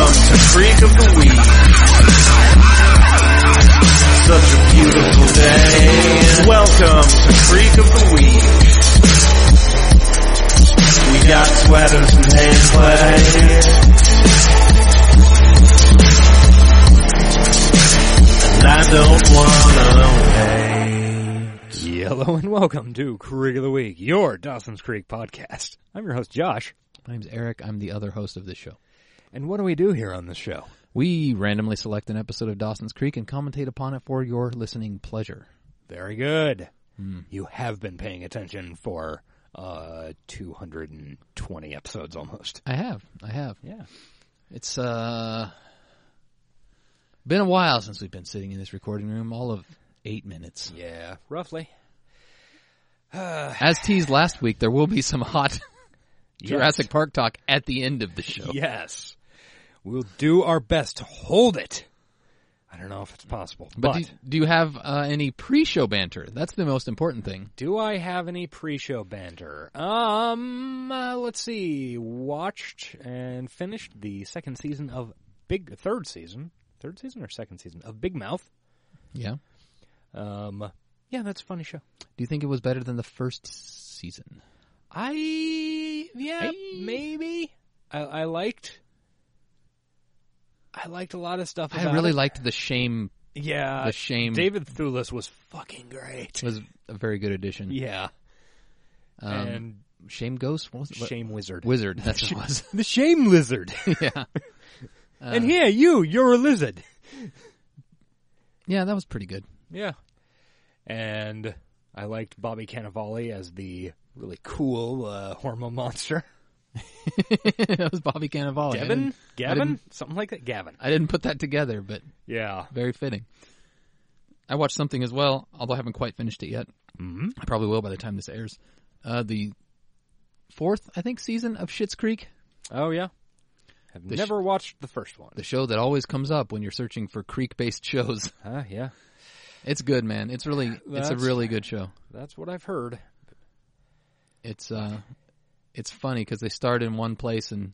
freak of the week. Such a beautiful day. Welcome to Freak of the Week. We got sweaters and hand play. And I don't wanna wait. Yellow and welcome to Creek of the Week, your Dawson's Creek podcast. I'm your host, Josh. My name's Eric. I'm the other host of this show. And what do we do here on this show? We randomly select an episode of Dawson's Creek and commentate upon it for your listening pleasure. Very good. You have been paying attention for uh, 220 episodes almost. I have. I have. Yeah. It's uh been a while since we've been sitting in this recording room, all of 8 minutes. Yeah, roughly. As teased last week, there will be some hot Jurassic Park talk at the end of the show. Yes. We'll do our best to hold it. I don't know if it's possible, But, but, Do, do you have uh, any pre-show banter? That's the most important thing. do I have any pre-show banter? Um, uh, let's see. Watched and finished the second season of Big third season, third season or second season of Big Mouth. Yeah. Um, yeah, that's a funny show. Do you think it was better than the first season? I yeah maybe I, I liked I liked a lot of stuff. I about really it. liked the shame. yeah the shame David Thewlis was fucking great. was a very good addition. Yeah, Um, and Shame Ghost? What was it? What- Shame Wizard. Wizard. That's what it was. the Shame Lizard. yeah. and here you, you're a lizard. Yeah, that was pretty good. Yeah. And I liked Bobby Cannavale as the really cool uh, hormone monster. that was Bobby Cannavale. I Devin? didn't- I Gavin? didn't, Something like that. Gavin. I didn't put that together, but Yeah. very fitting. I watched something as well, although I haven't quite finished it yet. Mm-hmm. mm I probably will by the time this airs. Uh, the fourth, I think, season of Schitt's Creek, Oh, yeah. I've sh- never watched the first one. the show that always comes up when you're searching for creek-based shows. Ah, yeah. It's good, man. It's really, it's a That's- really good show. That's what I've heard. it's uh it's funny because they start in one place and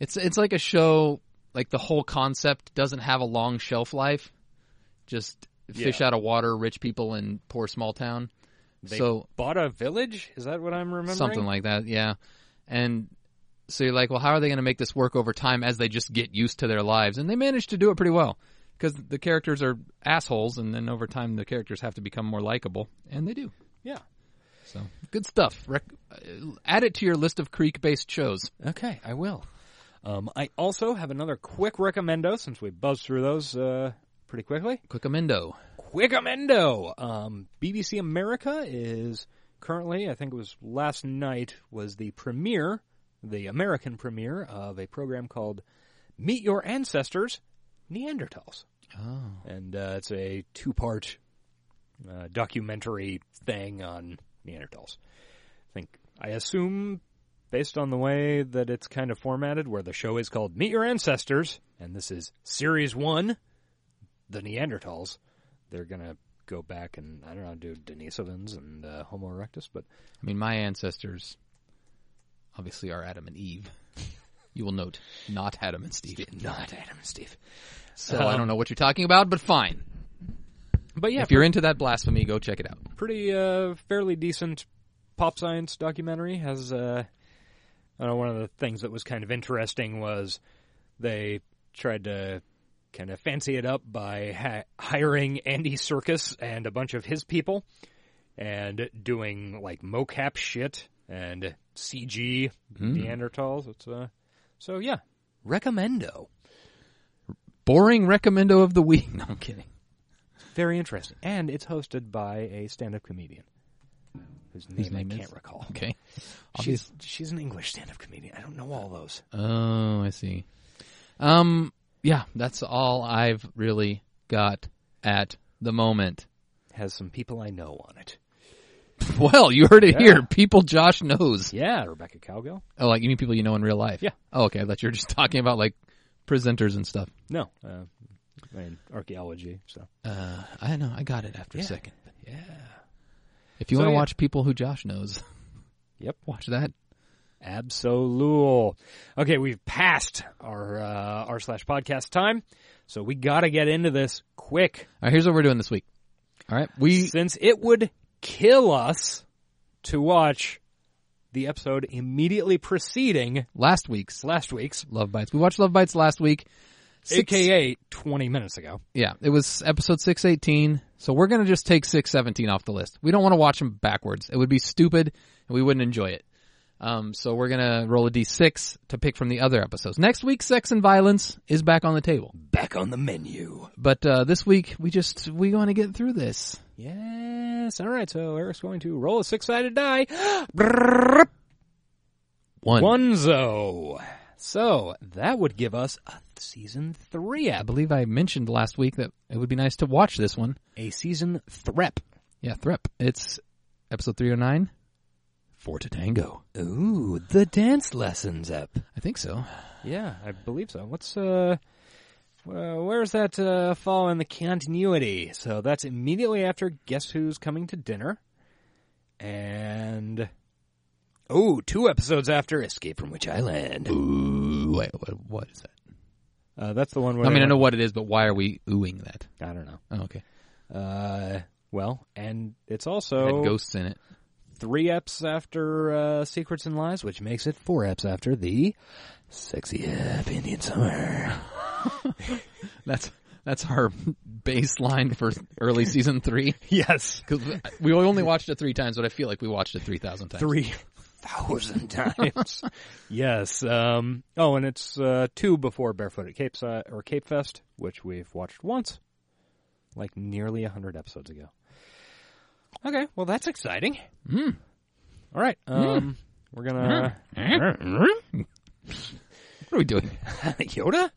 it's it's like a show like the whole concept doesn't have a long shelf life just fish Yeah. out of water rich people in poor small town They so bought a village? Is that what I'm remembering? something like that yeah and so you're like well how are they going to make this work over time as they just get used to their lives and they manage to do it pretty well because the characters are assholes and then over time the characters have to become more likable and they do Yeah. so good stuff. Rec- uh, add it to your list of creek-based shows. Okay, I will. Um, I also have another quick recommendo since we buzzed through those uh, pretty quickly. Clickamendo. Quickamente. Um, BBC America is currently, I think it was last night, was the premiere, the American premiere of a program called Meet Your Ancestors, Neanderthals. Oh, And uh, it's a two part uh, documentary thing on Neanderthals. I think, I assume, based on the way that it's kind of formatted, where the show is called Meet Your Ancestors, and this is Series 1, The Neanderthals, they're going to go back and, I don't know, do Denisovans and uh, Homo erectus, but I mean, my ancestors obviously are Adam and Eve. You will note, not Adam and Steve. not Adam and Steve. So I don't know what you're talking about, but fine. But yeah, If you're into that blasphemy, go check it out. pretty uh, fairly decent pop science documentary. Has uh, I don't know one of the things that was kind of interesting was they tried to kind of fancy it up by ha- hiring Andy Circus and a bunch of his people and doing like mocap shit and CG Neanderthals. It's uh, so yeah, recommendo. Boring recommendo of the week. No, I'm kidding. Very interesting, and it's hosted by a stand-up comedian whose name, name I is? can't recall. Okay. She's she's an English stand-up comedian. I don't know all those. Oh, I see. Um, yeah, that's all I've really got at the moment. Has some people I know on it. Well, you heard it Yeah. here. People Josh knows. Yeah, Rebecca Cowgill. Oh, like you mean people you know in real life? Yeah. Oh, okay. I thought you were just talking about like presenters and stuff. No, uh, in archaeology. So Uh, I know. I got it after a Yeah. second. Yeah. If you So, want to yeah. watch people who Josh knows, yep. watch that. Absolute. Okay, we've passed our uh, r slash podcast time, so we got to get into this quick. All right, here's what we're doing this week. All right, we Since it would kill us to watch the episode immediately preceding last week's last week's, Love Bites. We watched Love Bites last week. Six- aka 20 minutes ago. Yeah, it was episode 618. So we're going to just take 617 off the list. We don't want to watch them backwards. It would be stupid and we wouldn't enjoy it. Um, so we're going to roll a d6 to pick from the other episodes. Next week, sex and violence is back on the table. Back on the menu. But, uh, this week we just, we want to get through this. Yes. All right, so Eric's going to roll a six sided die. One. Onezo. So that would give us a season three I ep, believe I mentioned last week that it would be nice to watch this one. a season threp. Yeah, Threp. It's episode 309. Four to tango. Ooh, the dance lessons ep. I think so. Yeah, I believe so. What's uh, well, where's that uh, fall in the continuity? So that's immediately after Guess Who's Coming to Dinner, and oh, two episodes after Escape from Witch Island. Ooh, wait, what, what is that? Uh, that's the one where I mean, they I know what it is, but why are we oohing that? went- I don't know. Oh, okay. Uh, well, and it's It had also ghosts in it. three eps after uh, Secrets and Lies, which makes it four eps after the Sexy Ep Indian Summer. That's that's our baseline for early season three. Yes, Because we only watched it three times, but I feel like we watched it three thousand times. three thousand times. yes. Um, oh, and it's uh, two before Barefoot at Cape Si- or Cape Fest, which we've watched once, like nearly a hundred episodes ago. Okay, well that's exciting. Hmm. All right, um, we're gonna What are we doing? Yoda.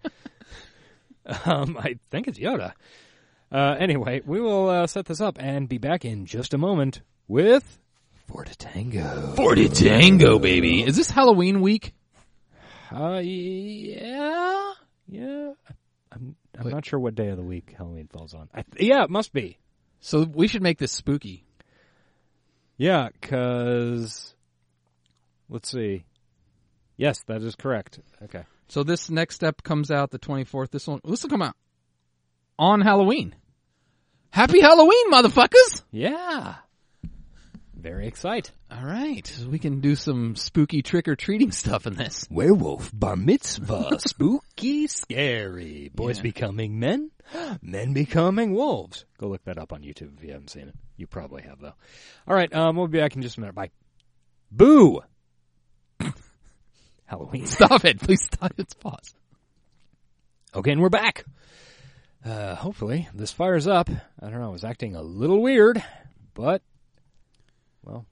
um, I think it's Yoda. Uh, anyway, we will uh, set this up and be back in just a moment with Four to Tango. Forty tango, baby. Is this Halloween week? Uh, yeah, yeah. I'm I'm Wait. not sure what day of the week Halloween falls on. I th- yeah, it must be. So we should make this spooky. Yeah, because let's see. Yes, that is correct. Okay. So this next step comes out the twenty fourth. This one, this will come out on Halloween. Happy Halloween, motherfuckers! Yeah. Very excite. All right, so we can do some spooky trick or treating stuff in this. Werewolf bar mitzvah, spooky, scary. Boys Yeah. becoming men, men becoming wolves. Go look that up on YouTube if you haven't seen it. You probably have though. All right, um, we'll be back in just a minute. Bye. Boo. Halloween. Stop it! Please stop. It's pause. Okay, and we're back. Uh, hopefully this fires up. I don't know. I was acting a little weird, but well,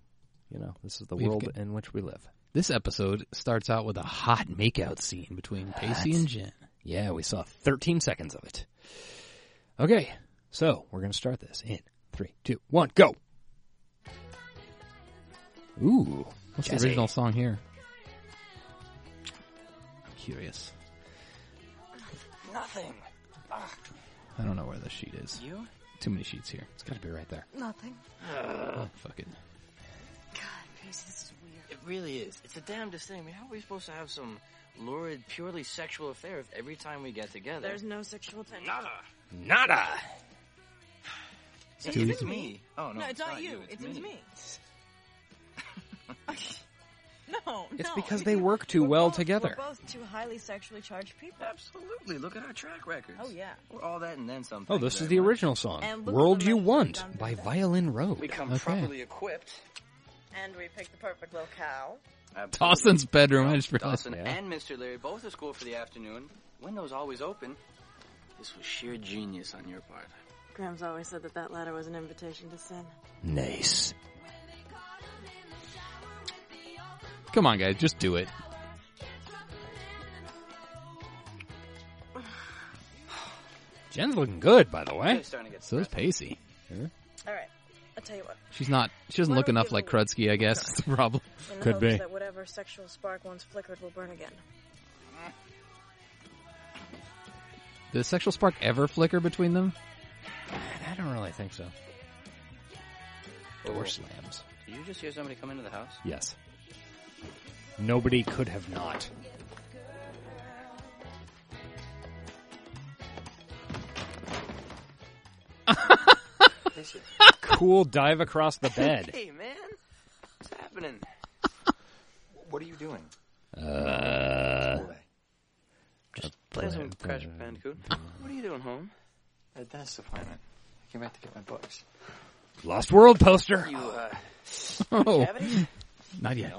you know, this is the We've world got- in which we live. This episode starts out with a hot makeout scene between Pacey and Jen. Yeah, we saw 13 seconds of it. Okay, so we're going to start this in three, two, one, go. Ooh, What's jazzy. the original song here? I'm curious. Nothing. I don't know where the sheet is. You? Too many sheets here. It's got to be right there. Nothing. Oh, fuck it. God, Pacey, this is weird. It really is. It's the damnedest thing. I mean, how are we supposed to have some lurid, purely sexual affair if every time we get together? There's no sexual tension. nada. Nada. It's Dude. me. Oh no, No, it's not you. It's, it's me. no, It's no. because they work too well both- together. We're both two highly sexually charged people. Absolutely. Look at our track records. Oh, yeah. We're all that and then something. Oh, this is very the much. original song, And look at World the You message Want down by there. Violin We Road. come Okay. properly equipped. And we picked the perfect locale. Absolutely. Dawson's bedroom. I just realized. Dawson Yeah. and Mr. Larry both at school for the afternoon. Windows always open. This was sheer genius on your part. Graham's always said that that letter was an invitation to sin. Nice. Come on, guys, just do it. Jen's looking good, by the way. Really starting to get So is Pacey. All right, I'll tell you what. She's not. She doesn't Why look don't enough you- like Krudsky. I guess is the problem. In the Could hopes be. that whatever sexual spark once flickered will burn again. Did the sexual spark ever flicker between them? I don't really think so. Door slams. Oh. Did you just hear somebody come into the house? Yes. Nobody could have not. cool dive across the bed. Hey, man, what's happening? What are you doing? Uh, Play some Crash Bandicoot. What are you doing home? A dentist appointment. I came back to get my books. Lost World poster. You, uh, Oh, have any? not yet.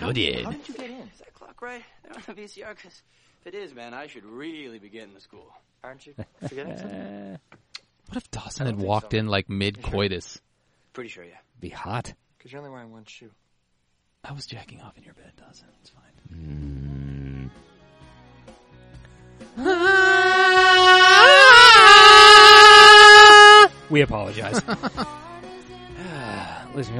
No did. How did you get in? Is that clock right? They're on the VCR, because if it is, man, I should really be getting to school. Aren't you forgetting something? What if Dawson had walked in like mid coitus? Pretty sure, yeah. Be hot. Because you're only wearing one shoe. I was jacking off in your bed, Dawson. It's fine. We apologize. Listen,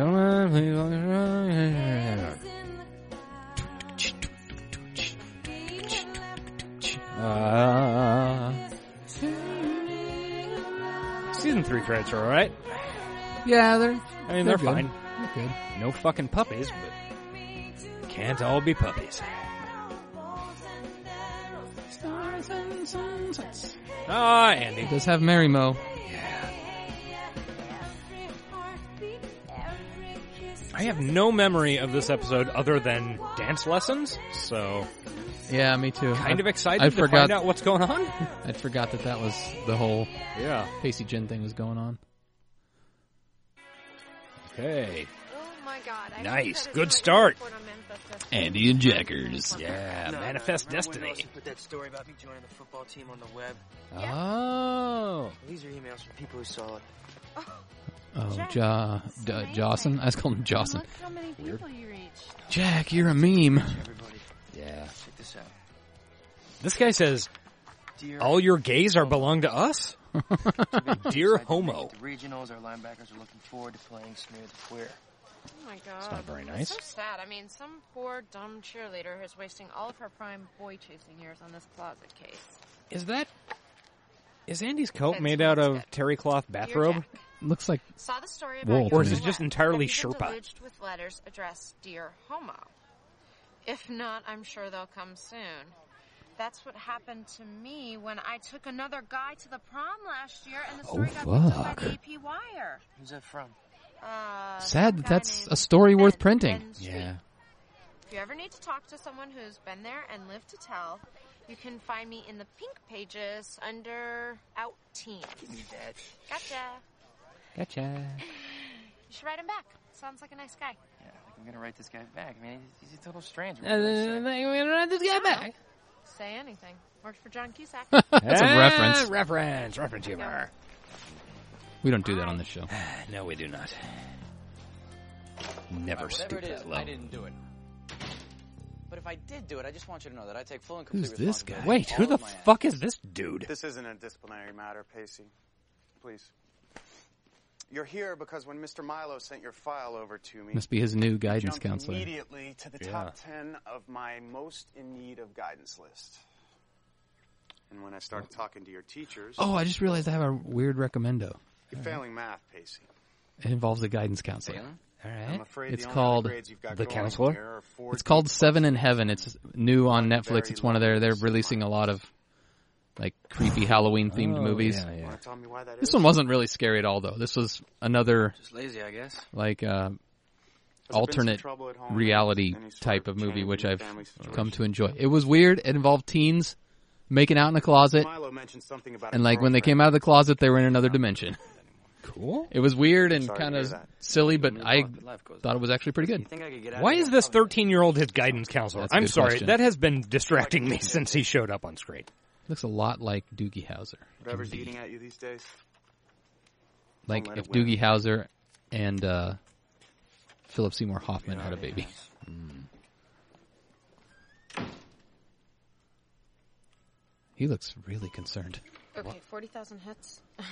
uh, season three credits are all right. Yeah, they're. I mean, they're, good. fine. They're good. No fucking puppies, but can't all be puppies. Ah, It Andy. does have Mary Mo. I have no memory of this episode other than dance lessons, so Yeah, me too. kind I, of excited I to forgot- find out what's going on. I forgot that that was the whole Yeah. Pacey Gin thing was going on. Okay. Oh my god. I Nice. just had a Good really start. report on Manifest Destiny. Andy and Jackers. Yeah, No, no, manifest remember when destiny. Wilson put that story about me joining the football team on the web? Oh. These are emails from people who saw it. Oh, Jack, Ja, D- amazing. Jawson. I was calling him Jawson. Look how many people you reached. Jack, you're a meme. Everybody, Yeah. check this out. This guy says Dear all your gays are belong to us. Dear homo. The regionals, our linebackers are looking forward to playing Smear the Queer. Oh my god. It's not very So nice. sad. I mean, some poor dumb cheerleader is wasting all of her prime boy chasing years on this closet case. Is that is Andy's coat That's made out what of it's got. terry cloth Dear bathrobe? Jack, Looks like saw the story about Wolf, your Or is it roulette, just entirely but even Sherpa? deluged with letters addressed "Dear Homo." If not, I'm sure they'll come soon. That's what happened to me when I took another guy to the prom last year, and the Oh, story got picked up by the AP Wire. Who's that from? Uh, sad some that guy that's named a story worth Ben- printing. Ben Street. If you ever need to talk to someone who's been there and lived to tell, you can find me in the pink pages under Out Teens. Gotcha. Gotcha. You should write him back. Sounds like a nice guy. Yeah, like I'm gonna write this guy back. I mean, he's, he's a total stranger. What can I say? That's Say anything. Worked for John Cusack. That's a reference. Eh, Reference. Reference humor. We don't do that on this show. No, we do not. Never stoop Whatever it is, that low. I didn't do it. But if I did do it, I just want you to know that I take full and complete Who's this responsibility guy? for Wait, who all the of my fuck is this dude? This isn't a disciplinary matter, Pacey. Please. You're here because when Mr. Milo sent your file over to me, Must be his new guidance jumped counselor. immediately to the top ten of my most in need of guidance list. And when I started talking to your teachers, Oh, I just realized I have a weird recommendo. you're failing math, Pacey. It involves a guidance counselor. All I'm right. afraid It's the only called grades you've got The going Counselor? here are four It's called Seven in Heaven. It's new on Netflix. It's one of their. They're releasing a lot of like creepy Halloween themed Oh, movies. yeah, yeah. Want to tell me why that This is? one wasn't really scary at all, though. This was another Just lazy, I guess. like uh, Has there been some alternate trouble at home? reality Any sort type of movie, change which in I've family situation? come to enjoy. It was weird. It involved teens making out in a closet, Milo mentioned something about and like when they came out of the closet, they were in another dimension. Cool. It was weird and Sorry to kind hear of that. silly, but I But life goes on. thought it was actually pretty good. You think I could get out Why of is here? this Oh, 13 year old his guidance counselor? That's a I'm good sorry. question. That has been distracting me since he showed up on screen. Looks a lot like Doogie Howser. whatever's eating at you these days. Like let if it win. Doogie Howser and uh, Philip Seymour Hoffman had a baby. Mm. He looks really concerned. Okay, 40,000 hits. I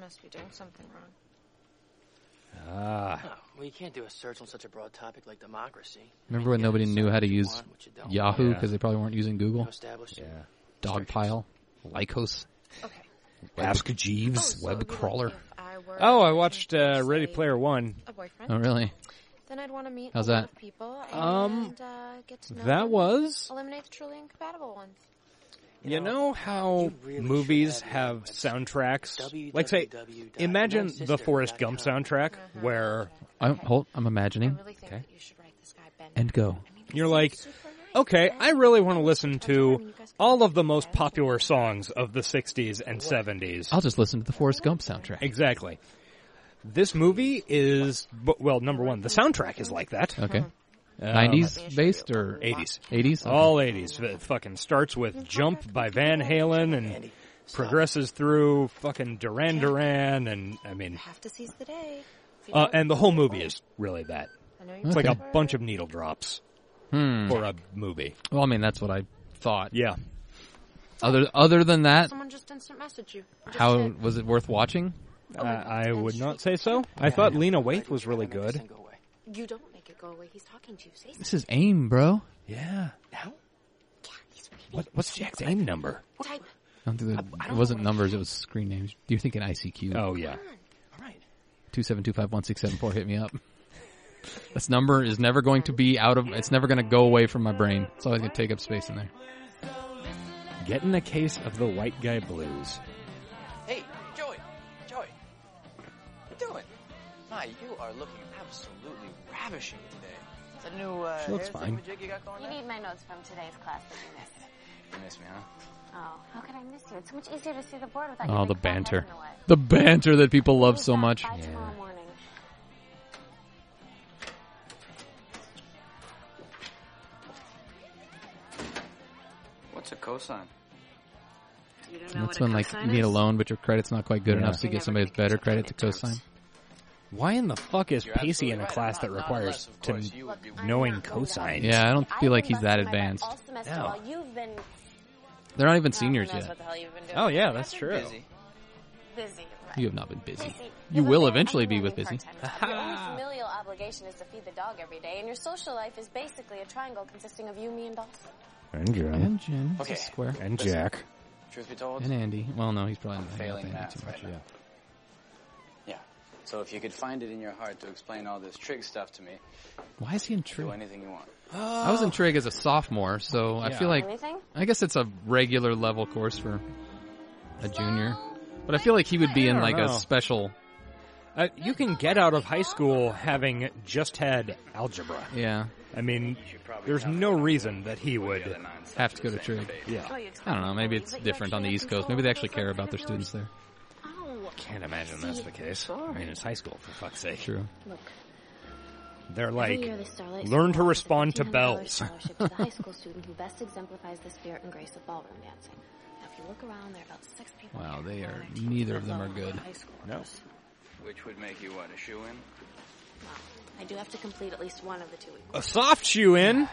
must be doing something wrong. Ah. Well, you can't do a search on such a broad topic like democracy. Remember when Yeah, nobody so knew how to what you use want, what you don't. Yahoo Yeah. because they probably weren't using Google? Established. Yeah. Dogpile, Lycos. Okay. Ask Oh, Jeeves. so web you like crawler. if I were Oh, I to watched introduce uh, Ready a- Player One. A boyfriend? Oh, really? Then I'd want to meet How's a lot that? of people Um, and uh, get to know That them. was. eliminate the truly incompatible ones. You know how you really movies should have have your soundtracks? Like, say, imagine the Forrest Gump soundtrack where I'm, hold, I'm imagining. I really think that you should write this guy Ben. And go. I mean, you're he's like, super nice. okay, I really want to listen to all of the most popular songs of the 60s and 70s. I'll just listen to the Forrest Gump soundtrack. Exactly. This movie is, bu- well, number one, the soundtrack is like that. Okay. Uh-huh. Um, 90s based or 80s. 80s? Okay. All 80s. It fucking starts with Jump by Van Halen and progresses through fucking Duran Duran and, I mean, have to seize the day. If you uh, don't, and the whole movie is really that. I know It's you're like a smart. bunch of needle drops for a movie. Well, I mean, that's what I thought. Yeah. Other other than that, Someone just instant message you. Just how said, was it worth watching? Uh, I would not say so. I thought Lena Waithe was really good. you don't make it go away. He's talking to you. Say something. This is AIM, bro. Yeah. He's waiting. What, what's Jack's aim number? Type. I don't think that, it wasn't numbers, it was screen names. You're thinking ICQ. Oh yeah. Two seven two five one six seven four. Hit me up. This number is never going to be out of. It's never going to go away from my brain. It's always going to take up space in there. Get in a case of the white guy blues. Hey, Joey, Joey, what you doing? My, you are looking absolutely ravishing today. Is that new uh, She looks hair fine. thingamajig you got going You there? need my notes from today's class that you missed. You miss me, huh? Oh, how could I miss you? It's so much easier to see the board without Oh, your the big fat head banter, in the way. the banter that people love Please so stop much. by tomorrow morning. What's a cosine? You don't know That's what when a like cosine you need a is? loan, but your credit's not quite good Yeah. enough to I get never somebody with make better it to credit to credit terms. cosign. Why in the fuck is You're Pacey absolutely in a right. class Not- that not unless, requires of to course, you would be- knowing cosines? Yeah, I don't feel I've been like he's that busting my butt advanced. All semester No. while you've been They're not even seniors Who knows yet. what the hell you've been doing. Oh yeah, that's true. Busy. Busy. Right. You have not been busy. Busy. You You're will okay, eventually I'm be working with busy. part-time job. Your only familial obligation is to feed the dog every day, and your social life is basically a triangle consisting of you, me, and Dawson. And John. And Jen, Okay. Square, And Jack. Truth be told, and Andy. Well, no, he's probably I'm not hanging out failing with Andy math too right much. now. Yeah. So if you could find it in your heart to explain all this trig stuff to me, Why is he in do trig? anything you want. I Oh. was in trig as a sophomore, so I feel like Anything? I guess it's a regular level course for a junior. But I feel like he would be in I don't like a know. special. Uh, you can get out of high school having just had algebra. Yeah, I mean, there's no reason that he The would. other nine have to go to trig. Yeah, I don't know. Maybe it's different on the East Coast. Maybe they actually care about their students there. can't imagine that's the case. I mean, it's high school for fuck's sake. True. They're Every like, year, the Starlight learn to School offers respond to $1,500 bells. scholarship to the high school student who best exemplifies the spirit and grace of ballroom dancing. Now, if you look around, there are about six people. Wow, here. they are. Neither of them are good. no. Which would make you what a shoe in? I do have to complete at least one of the two weeks. A soft shoe in.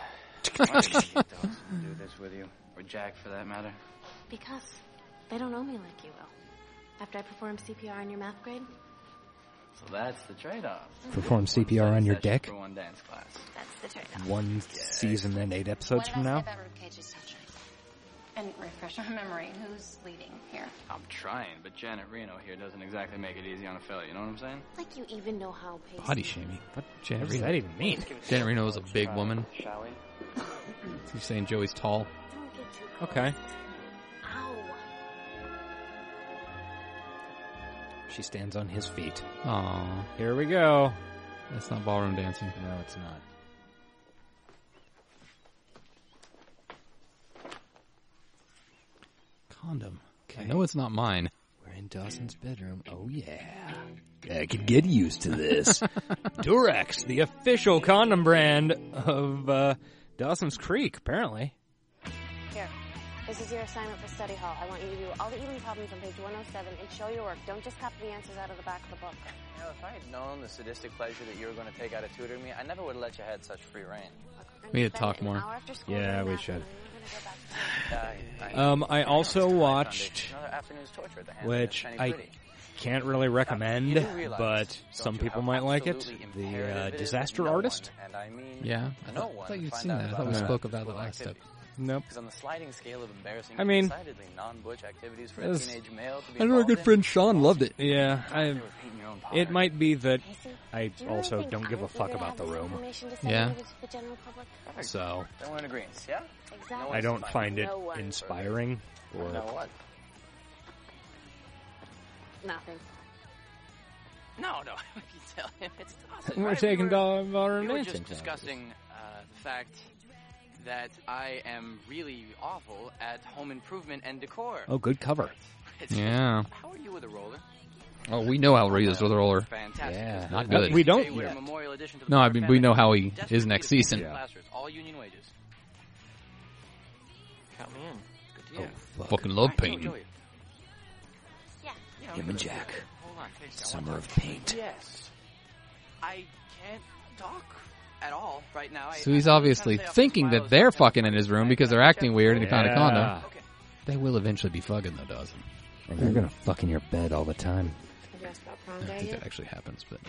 do this with you, or Jack for that matter. Because they don't know me like you will. After I perform CPR on your math grade, So that's the trade-off. Perform CPR on your deck. For one dance class. that's the trade-off. One season and eight What episodes did from I say now. about root cages touching? And refresh my memory. Who's leading here? I'm trying, but Janet Reno here doesn't exactly make it easy on a fellow. You know what I'm saying? Like you even know how Pacey... Body shaming. What? Janet What does that Reno. even mean? Janet Reno was a big woman. Shall we? You're saying Joey's tall. Don't get too close. Okay. Ow. She stands on his feet. Aw, Here we go. that's not ballroom dancing. No, it's not. Condom. I know it's not mine. We're in Dawson's bedroom. Oh yeah. I could get used to this. Durex, the official condom brand of uh, Dawson's Creek, apparently. Here. This is your assignment for study hall. I want you to do all the even problems on page 107 and show your work. Don't just copy the answers out of the back of the book. Now, if I had known the sadistic pleasure that you were going to take out of tutoring me, I never would have let you had such free reign. We need to talk more. Yeah, we should. I, I- Um, I also watched, Another afternoon's torture at the hands of this which tiny I pretty. can't really recommend, Uh, You do realize, but don't some you, people how might like it. absolutely The imperative uh, it is disaster that no artist. one, and I mean Yeah, I no thought, one I thought you'd find seen out that. I about thought we our spoke about that sexual last step. activities. Nope. Because on the sliding scale of embarrassing, I mean- decidedly non-butch activities for a Yes. teenage male to be I know our involved good in, friend Sean loved it. Yeah, I. they were painting your own It pottery. might be that Casey, I do you really also think don't give I'm a fuck eager to about have the this room, information Yeah. disseminated to the general public? so Then we're in agreement, yeah? Exactly. I don't find it No one. inspiring No or what? Nothing. No, no. we can tell him it's awesome. we're right? taking we down our We were mansion. just discussing uh, the fact that I am really awful at home improvement and decor. Oh, good cover. It's- yeah. How are you with a roller? Oh, we know how Reed is with a roller. Uh, Fantastic. Yeah, Not Uh, good. We Jay don't Ware yet. Memorial Edition to the No, I Parker mean we know family. how he Desperate is next need of season. skilled plasterers, all union wages. Count me in. Good deal. Oh, Fucking Oh, love Alright, painting. Joey, Joey. Yeah. Yeah, Him I'm and good. Jack. Hold on, Casey, I Summer want of to- Paint. Yes. I can't talk at all right now. I- So he's I'm obviously trying to stay off the thinking that smiles they're and- fucking in his room because they're acting weird and he found a condom. Yeah. Okay. They will eventually be fucking though, Dawson. And they're gonna fuck in your bed all the time. Have you asked about I prom don't day think that yet? actually happens, but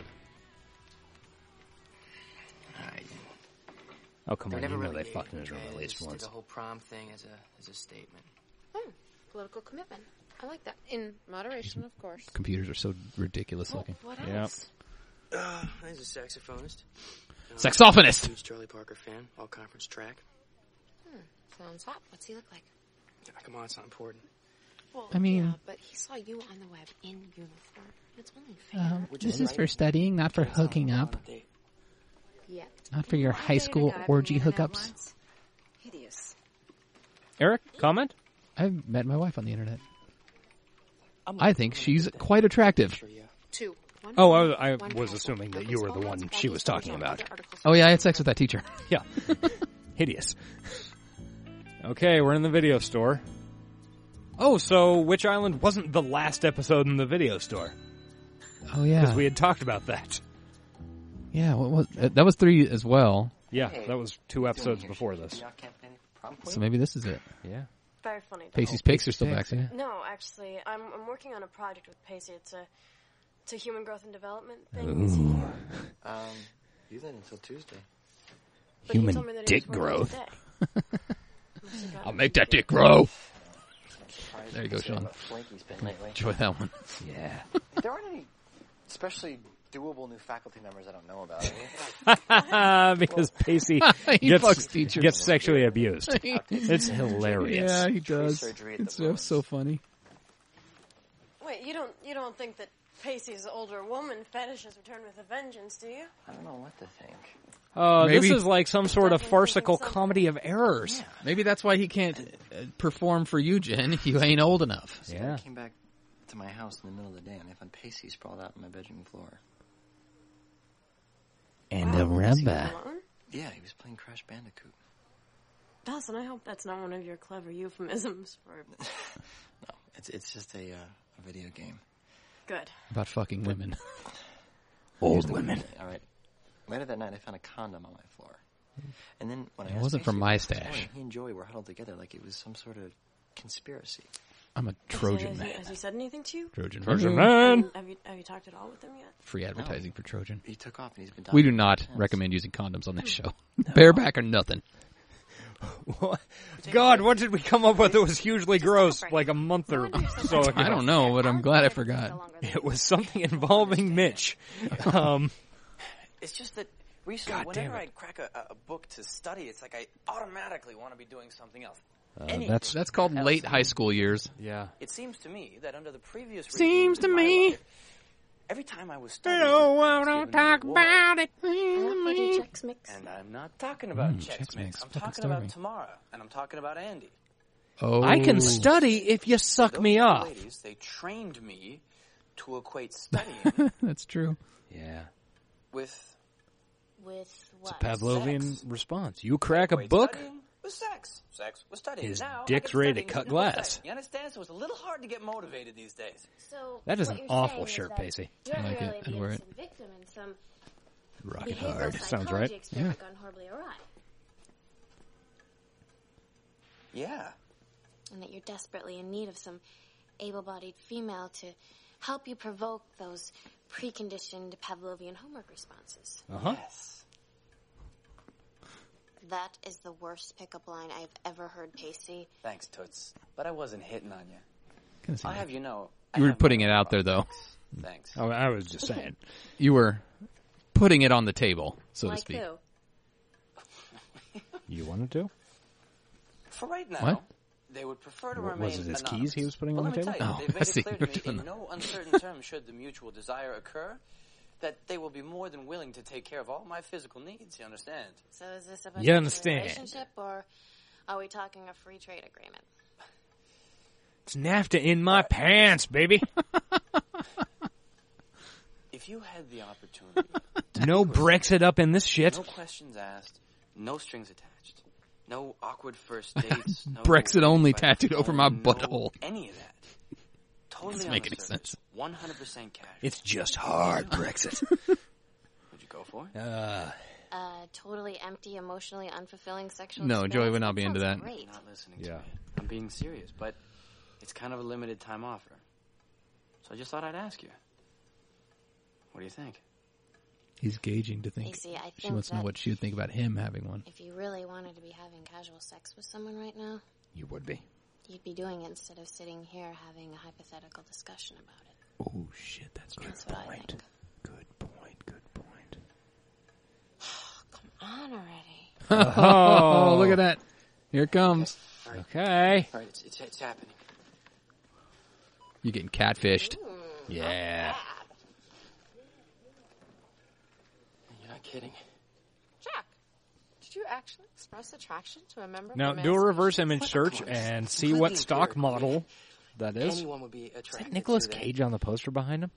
Oh come on, They you never know really they fucked in his room at They least just did once. The whole prom thing as a as a statement. Hmm. Political commitment. I like that. In moderation, of course. computers are so ridiculous looking. What Yeah. else? Uh, he's a saxophonist. Saxophonist. Huge Charlie Parker fan. All conference track. Sounds hot. What's he look like? Yeah, Come on, it's not important. Well, I mean- yeah, but he saw you on the web in uniform. It's only fair. Um, this is for studying, not for Yet. not for your I dated a guy from the internet once. Hideous. Eric, comment. I've met my wife on the internet. I'm not I think gonna she's get that quite attractive. picture, yeah. Two. One Oh, woman, I- I one was council. assuming that Uncle you were the Small one Nuts, she Baggy was Sandals, talking and about. other articles Oh from yeah, I the had sex with that teacher. Yeah, hideous. Okay, we're in the video store. Oh, so Witch Island wasn't the last episode in the video store Oh because yeah, we had talked about that. yeah. What was uh, that? Was three as well. Yeah, Hey, that was two episodes Doing before here, this. y'all can't play any prom So queen? maybe this is it. Yeah. Very funny. Doc. Oh, Pacey's picks are still back there. No, actually, I'm, I'm working on a project with Pacey. It's a it's a human growth and development thing. Is he- Um, you then until Tuesday. but he Human told me that he dick was working growth. today. I'll make that dick grow. There you go, Sean. Flaky's been lately. Enjoy that one. Yeah. There aren't any especially doable new faculty members I don't know about. are there? Uh, because Pacey He gets, fucks teachers. gets sexually abused. It's hilarious. Yeah, he does. surgery at the It's so, most. so funny. Wait, you don't you don't think that Pacey's older woman fetish has returned with a vengeance, do you? I don't know what to think. Uh, this Maybe- is like some sort of farcical comedy of errors. Maybe that's why he can't uh, perform for you, Jen. You ain't old enough. So Yeah. I came back to my house in the middle of the day and I found Pacey sprawled out on my bedroom floor. And a Is he rubber. alone? Yeah, he was playing Crash Bandicoot. Dawson, I hope that's not one of your clever euphemisms for No, it's it's just a, uh, a video game. good. About fucking women. Old women. All right. Later that night, I found a condom on my floor. And then when I It asked wasn't Casey from about my this stash. morning, he and Joey were huddled together like it was some sort of conspiracy. I'm a Has Trojan he, has he- man. Has he said anything to you? Trojan, Trojan man. man. Have you have you talked at all with him yet? Free advertising for Trojan. He took off and he's been. We do documented not since. recommend using condoms on this show. Bareback or nothing. God, what did we come up with that was hugely gross like a month or so ago? I don't know, but I'm glad I forgot. It was something involving Mitch. Um, It's just that recently, God whenever damn I it. crack a, a book to study, it's like I automatically want to be doing something else. that's- That's called late high school years. yeah. It seems to me that under the previous Seems regimes to in my me. life, every time I was studying, Hello, I I was Oh, don't given talk the about it. Did checks mix? And I'm not talking about Mm, checks, Chex mix. Mix, I'm fucking talking starving. about Tamara, and I'm talking about Andy. Oh, I can study if you suck Those me two off. Ladies, they trained me to equate studying That's true. Yeah. with With what? Pavlovian Sex. response. You crack a equate book? Studying with sex. Sex with studying. His now, I dick's can ready study to cut and with glass. sex. You understand? So it's a little hard to get motivated these days. So That is what an you're awful saying is shirt, that Pacey. You're I like it. really I'd the wear it. innocent victim in some Rock it behavioral hard. Sounds psychology right. experiment gone horribly awry, Yeah. and that you're desperately in need of some able-bodied female to help you provoke those preconditioned Pavlovian homework responses. Uh huh. Yes. That is the worst pickup line I've ever heard, Pacey. Thanks, Toots. But I wasn't hitting on you. I'll have you know. I You were have putting no it out there, though. Thanks. Oh, I was just saying. You were putting it on the table, so to like speak. who? You wanted to? For right now, What? they would prefer to What, remain was it his anonymous. keys he was putting But on the let me table? Tell you, Oh, they've made I see. it We're clear to doing me in that. no uncertain terms should the mutual desire occur that they will be more than willing to take care of all my physical needs, you understand? So is this a You potential understand. relationship, or are we talking a free trade agreement? It's NAFTA in my pants, baby. If you had the opportunity, no Brexit up in this shit. no questions asked, no strings attached, no awkward first dates, no Brexit only fighting tattooed phone, over my no butthole. Any of that. Totally Doesn't on make the any surface, sense. 100% cash. It's just hard Brexit. Would you go for it? Uh, Uh, totally empty, emotionally unfulfilling sexual. No, experience? Joey would not be sounds into that. Great. Not listening to me. I'm being serious, but it's kind of a limited time offer. So I just thought I'd ask you. What do you think? He's gauging to think. Casey, I she think wants to know that- what she would think about him having one. If you really wanted to be having casual sex with someone right now, You would be. you'd be doing it instead of sitting here having a hypothetical discussion about it. Oh shit, that's good That's what I point. think. Good point. Good point. On already. oh, look at that! Here it comes. Okay. All right, it's, it's, it's happening. You're getting catfished. Yeah. You're not kidding. Jack, did you actually express attraction to a member? of Now the do a men's- reverse image What? search and see what stock model that is. Anyone would be attracted. Is Nicholas Cage on the poster behind him?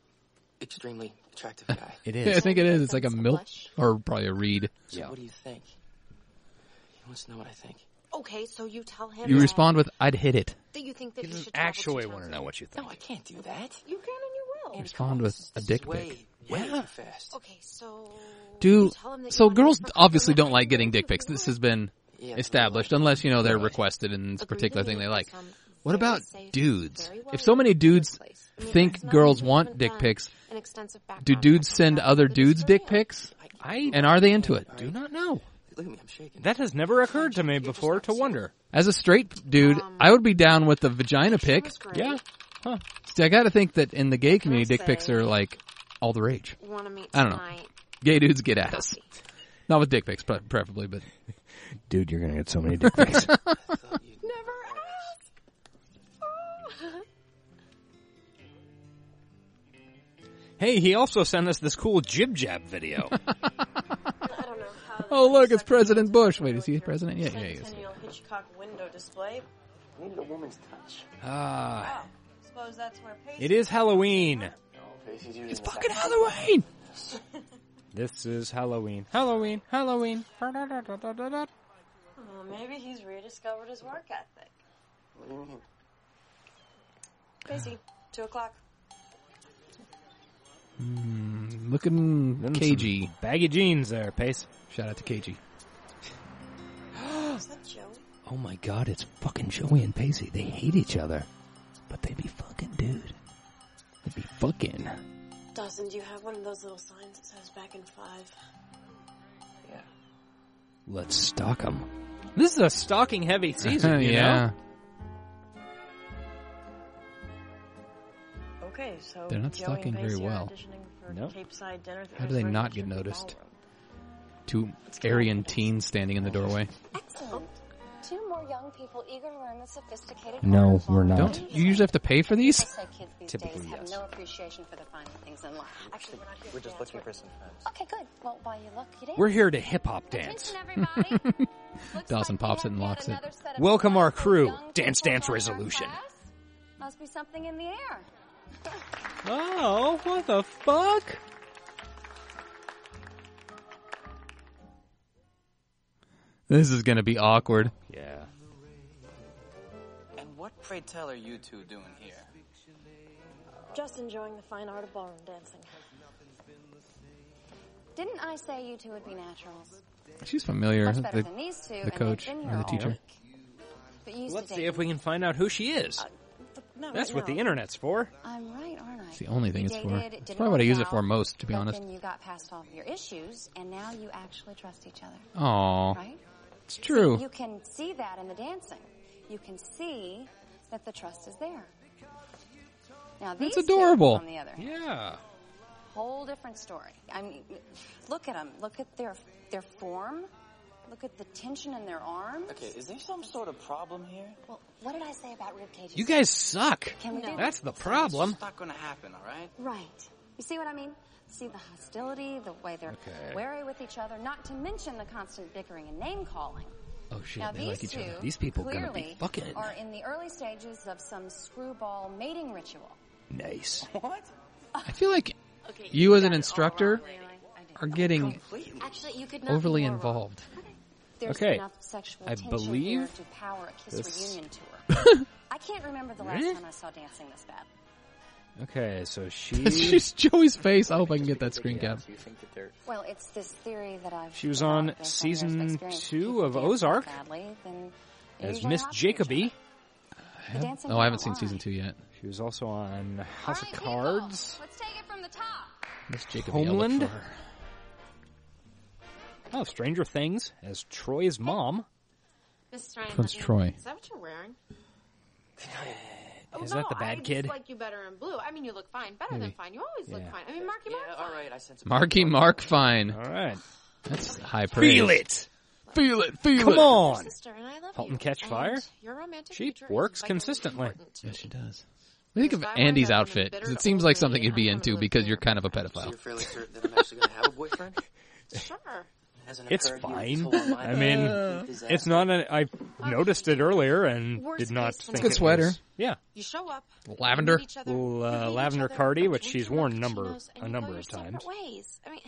Extremely attractive guy. It Yeah, I think it is. It's like a milk or probably a reed. So what do you think? He wants to know what I think. Okay, so you tell him. You that- respond with "I'd hit it." That you think that he should Actually, want to know what you think. I can't do that. You can and you will. You respond with a dick pic. Way too fast. Okay, so Do tell him that so. you Girls obviously don't like getting dick pics. This has been Yeah, established, unless you know they're requested and it's a particular thing they like. What about dudes? very If so many dudes think girls want dick pics, an extensive background. do dudes send other dudes dick pics? and are they into it? Do not know. Look at me, I'm shaking. That has never occurred to me before to wonder. As a straight dude, I would be down with the vagina pic. Yeah. Huh. See, I got to think that in the gay community, dick pics are like all the rage. Wanna meet I don't know. tonight. Gay dudes get at us. Not with dick pics, pre- preferably, but dude, you're gonna get so many dick pics. Never Ah. ask. hey, he also sent us this cool jib jab video. I don't know how. oh look, it's President Bush. Wait, is he president? Yeah, yeah, he is. Centennial Hitchcock window display. Needed a woman's touch. Ah, Suppose that's where Pacey. it is Halloween. It's fucking Halloween. This is Halloween. Halloween. Halloween. Oh, maybe he's rediscovered his work ethic. What do you mean? Pacey, two o'clock. Mm, looking cagey. Baggy jeans there, Pace. Shout out to KG. is that Joe? Oh my god, it's fucking Joey and Pacey. They hate each other. But they be fucking, dude. They be fucking. Dawson, do you have one of those little signs that says back in five? Yeah. Let's stalk them. This is a stalking heavy season, you yeah. know? Okay, so They're not Joey stalking and Pacey very are well. auditioning for Nope. Cape Side dinner. How do they not get noticed? Two Aryan teens standing in the doorway. Excellent. Oh. Two more young people eager to learn the sophisticated. No, we're not. Don't you usually have to pay for these? Say kids these Typically, days have yes. no appreciation for the finer things in life. Actually, we're not here We're to just dance. looking for some friends. We're- Okay, good. Well, while you look, you dance. We're here to hip hop dance. Dawson pops it and locks it. Welcome our crew. Dance Dance Resolution. Must be something in the air. Oh, what the fuck? This is gonna be awkward. Yeah. And what, pray tell, are you two doing here? Just enjoying the fine art of ballroom dancing. Didn't I say you two would be naturals? She's familiar. Much better The, than these two, and the they've coach been or here the all teacher. week. But you used Let's to see date if we can find out who she is. No, That's right what now. the internet's for. I'm right, aren't I? It's the only thing it's for. It's That's probably what I use it for most, to be honest. Then you got past all of your issues, and now you actually trust each other. Aw. Right? It's true. You can see that in the dancing. You can see that the trust is there. Now these That's adorable. Two, on the other hand, yeah. whole different story. I mean, look at them. Look at their their form. Look at the tension in their arms. Okay, is there some sort of problem here? Well, what did I say about rib cages? You guys suck. Can we do That's the this? problem. It's not gonna happen, alright? Right. You see what I mean? See the hostility, the way they're Okay. wary with each other, not to mention the constant bickering and name calling. Oh shit, now they these like each two other. These people clearly gonna be fucking are in the early stages of some screwball mating ritual. nice. What? I feel like you as an instructor are getting Actually, you could not be overly more wrong. involved. There's Okay. enough sexual I tension believe here to power a kiss this- reunion tour. I can't remember the last Really? time I saw dancing this bad. Okay, so she It's just Joey's face. I hope I can get that screen cap. Do you think that they're Well, it's this theory that I've she was developed on based years of season experience. two of If you dance Ozark badly, then you as usually Miss have to. Jacoby. The dancing Oh, I haven't seen doesn't season two yet. She was also on House of Cards, Let's take it from the top. Miss Jacob Homeland. Oh, Stranger Things as Troy's Oh. mom. Miss Strang, Which one's let me- Troy? Is that what you're wearing? Oh, Isn't that the bad I kid? Just like you better in blue. I mean, you look fine. Better than Maybe. fine. You always Yeah. look fine. I mean, Marky Mark. all right, I sense Marky Mark fine. All right. That's high praise. Feel it. Feel it. Feel Come it. on. Sister, and I love Halt you. and Catch Fire? And your romantic She future is works vitally consistently. important to Yes, me. she does. What do you think If I of wound Andy's up in a outfit? Because bitter it seems like old something lady, you'd be I into would because live you're kind of a So pedophile. you're fairly certain that I'm actually gonna have a boyfriend? Sure. Hasn't It's occurred to you fine. until my I mean, complete disaster. It's not. A, I noticed it earlier and Worst did not case think. scenario. It's it a sweater. was- yeah, You show up. Lavender. you meet each other, little you leave uh, each lavender other, cardi, but which we she's do worn love number cappuccinos, and a you go number your of separate times. Ways. I mean,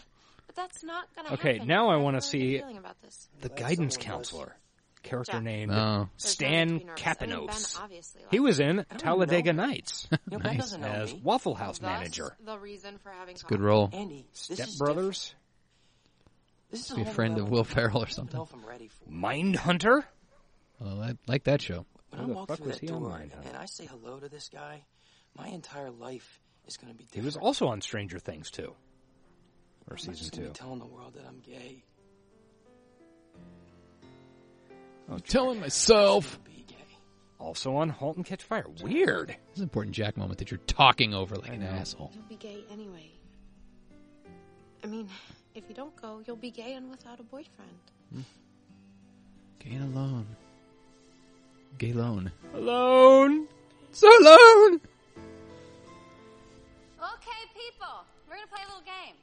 but that's not gonna Okay, happen. now I I've wanna got a see- feeling about this. The That's guidance someone that's- counselor, character Yeah. named Oh. There's Stan nothing to be nervous. I mean, Ben Kapanos. obviously He likes was me. in don't Talladega know. Nights No, Ben doesn't know as me. Waffle House Thus, manager. The reason for having Good role. Andy, this Step is Brothers, different. This is Be a whole friend of level. Will Ferrell or I don't something. know if I'm ready for it. Mind Hunter. Well, I like that show. When Who I the walk fuck through was that he on door Mindhunter? and I say hello to this guy, my entire life is going to be He different. was also on Stranger Things too, or I'm season just gonna two. Be telling the world that I'm gay. I'm telling myself. Be gay. Also on Halt and Catch Fire. Weird. It's an important Jack moment that you're talking over like an asshole. You'll be gay anyway. I mean, if you don't go, you'll be gay and without a boyfriend. Gay alone. Gay alone. Alone. So alone. Okay, people, we're gonna play a little game.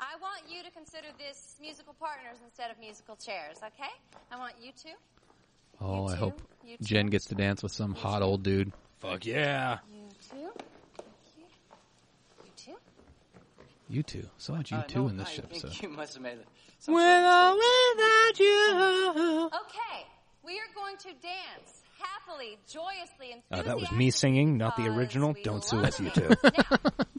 I want you to consider this musical partners instead of musical chairs. Okay? I want you two. Oh, You I too? hope You too? Jen gets to dance with some hot old dude. Fuck yeah. You two. Thank you. You two. You two. So much you Uh, two no, in this I episode. think you must have made it. without you. Okay, we are going to dance happily, joyously, and Uh, that was me singing, not the original. Don't sue us, you two.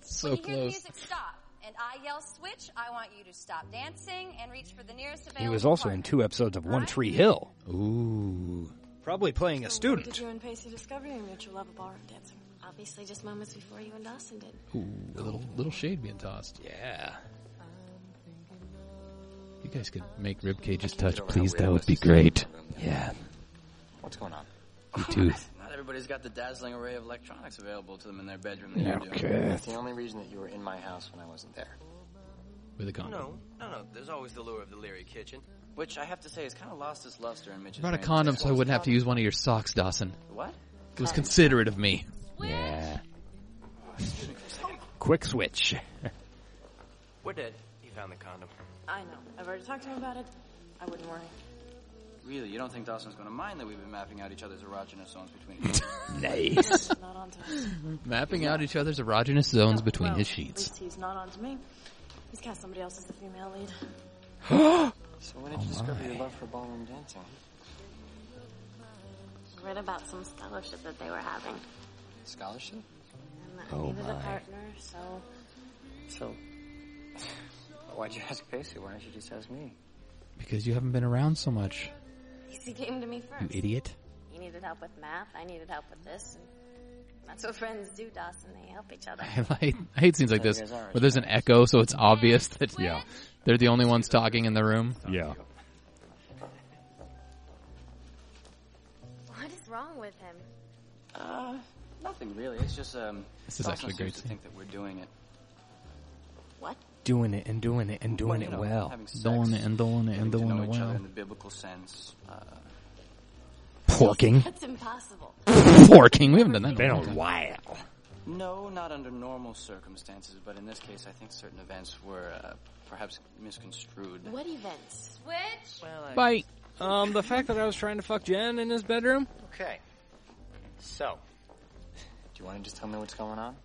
so when you hear the close. music stop and I yell switch, I want you to stop dancing and reach for the nearest available He was also in partner. two episodes of One Right? Tree Hill. Ooh. Probably playing a Did student. you and Pacey discover your mutual love of ballroom dancing? Obviously, just moments before you and Dawson did. Ooh. A little, little shade being tossed. Yeah. You guys could make rib cages touch, Don't know please. where I That would was be just sitting great. in the room. Yeah. What's going on? You two. Not everybody's got the dazzling array of electronics available to them in their bedroom. That you do. Okay. That's the only reason that you were in my house when I wasn't there. With a condom. No, no, no. There's always the lure of the Leary kitchen, which I have to say has kind of lost its luster in Mitch's. I brought a brain. condom so I wouldn't have to use one of your socks, Dawson. What? It was considerate of me. Yeah. Quick switch. We're dead. He found the condom. I know. I've already talked to him about it. I wouldn't worry. Really, you don't think Dawson's going to mind that we've been mapping out each other's erogenous zones between? each other? nice. Not onto us. Mapping out each other's erogenous zones No, between well, his At sheets. least he's not onto me. He's got somebody else as the female lead. So when did Oh you discover your love for ballroom dancing? Read about some scholarship that they were having. Scholarship? And I Oh needed a my. partner, so So why'd you ask Pacey? Why didn't you just ask me? Because you haven't been around so much, he came to me you first. idiot. He needed help with math. I needed help with this. And that's what friends do, Dawson. They help each other. I hate, I hate scenes like this where there's an echo, so it's obvious that Yeah. they're the only ones talking in the room. Yeah. What's wrong with him? Uh, nothing really. It's just um. This is Dawson actually a great seems to think that we're doing it. What? Doing it and doing it and doing you it know, well. having sex, Doing it and doing it getting and to doing know it each other well. in the biblical sense. Uh, Porking. That's impossible. Porking. We haven't done that. in Been a long time. while. no, not under normal circumstances, but in this case, I think certain events were uh, perhaps misconstrued. What events? Switch. Bye. Um, the fact that I was trying to fuck Jen in his bedroom. Okay. So, do you want to just tell me what's going on?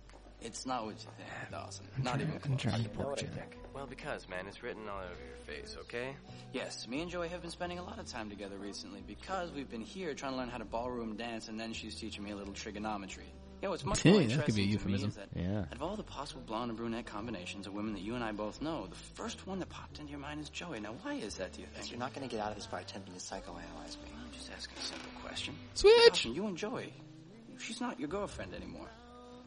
It's not what you think, Dawson. I'm Not trying- even I'm close. trying to know pork what I Janet. think. Well, because, man, it's written all over your face, okay? Yes, me and Joey have been spending a lot of time together recently because we've been here trying to learn how to ballroom dance, and then she's teaching me a little trigonometry. You know, what's much more Hey, that could be a interesting to me euphemism. is that Yeah. out of all the possible blonde and brunette combinations of women that you and I both know, the first one that popped into your mind is Joey. Now, why is that, do you think? You're not going to get out of this by attempting to psychoanalyze me. I'm just asking a simple question. Switch! Dawson, you and Joey, she's not your girlfriend anymore.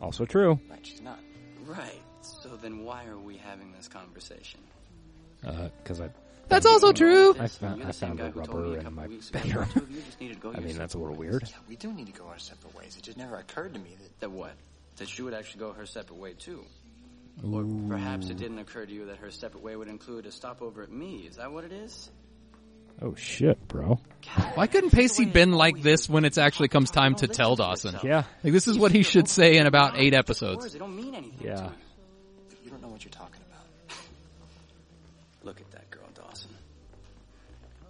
Also true. Right, she's not. Right. So then why are we having this conversation? Because Uh, I. That's also true. I found, You're I the same found guy a who told me rubber a in couple my weeks ago that bedroom. the two of you just needed to go I your mean, that's a little weird. We do need to go our separate ways. It just never occurred to me that That what? That she would actually go her separate way too. Ooh. Perhaps it didn't occur to you that her separate way would include a stopover at me. Is that what it is? Oh shit, bro. Why couldn't Pacey been like this when it actually comes time to tell Dawson? Yeah. Like this is what he should say in about eight episodes. Words, they don't mean anything. Yeah. You don't know what you're talking about. Look at that girl, Dawson.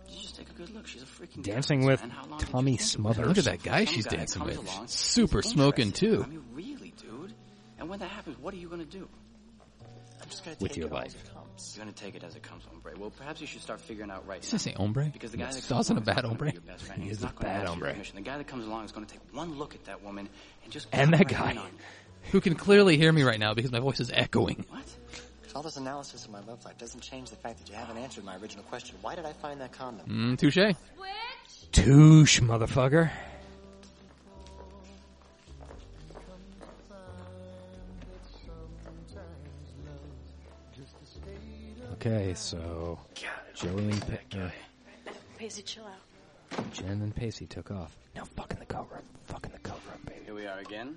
You just take a good look. She's a freaking Dancing goddess, with man. How long did Tommy you think it was? Smothers. Look at that guy Some she's guy dancing comes with. along, Super he's smoking, interested. too. I mean, really, dude. And when that happens, what are you gonna do? I'm just gonna With take your it all as life. You're gonna take it as it comes, hombre. Well, perhaps you should start figuring out right Does now. he say hombre? Because the guy Yes. that comes Dawson a along is not bad gonna hombre? be your best friend. He He's is a not gonna bad ask your hombre. permission. The guy that comes along is gonna take one look at that woman and just And that walk right guy. in on you. Who can clearly hear me right now because my voice is echoing. Because all this analysis of my love life doesn't change the fact that you haven't answered my original question. Why did I find that condom? Mm, touche. Touche, motherfucker. Okay, so Joey and Pa- uh, Pacey, chill out. Jen and Pacey took off. Now fuck in the coat room. Fuck in the coat room, baby. Here we are again.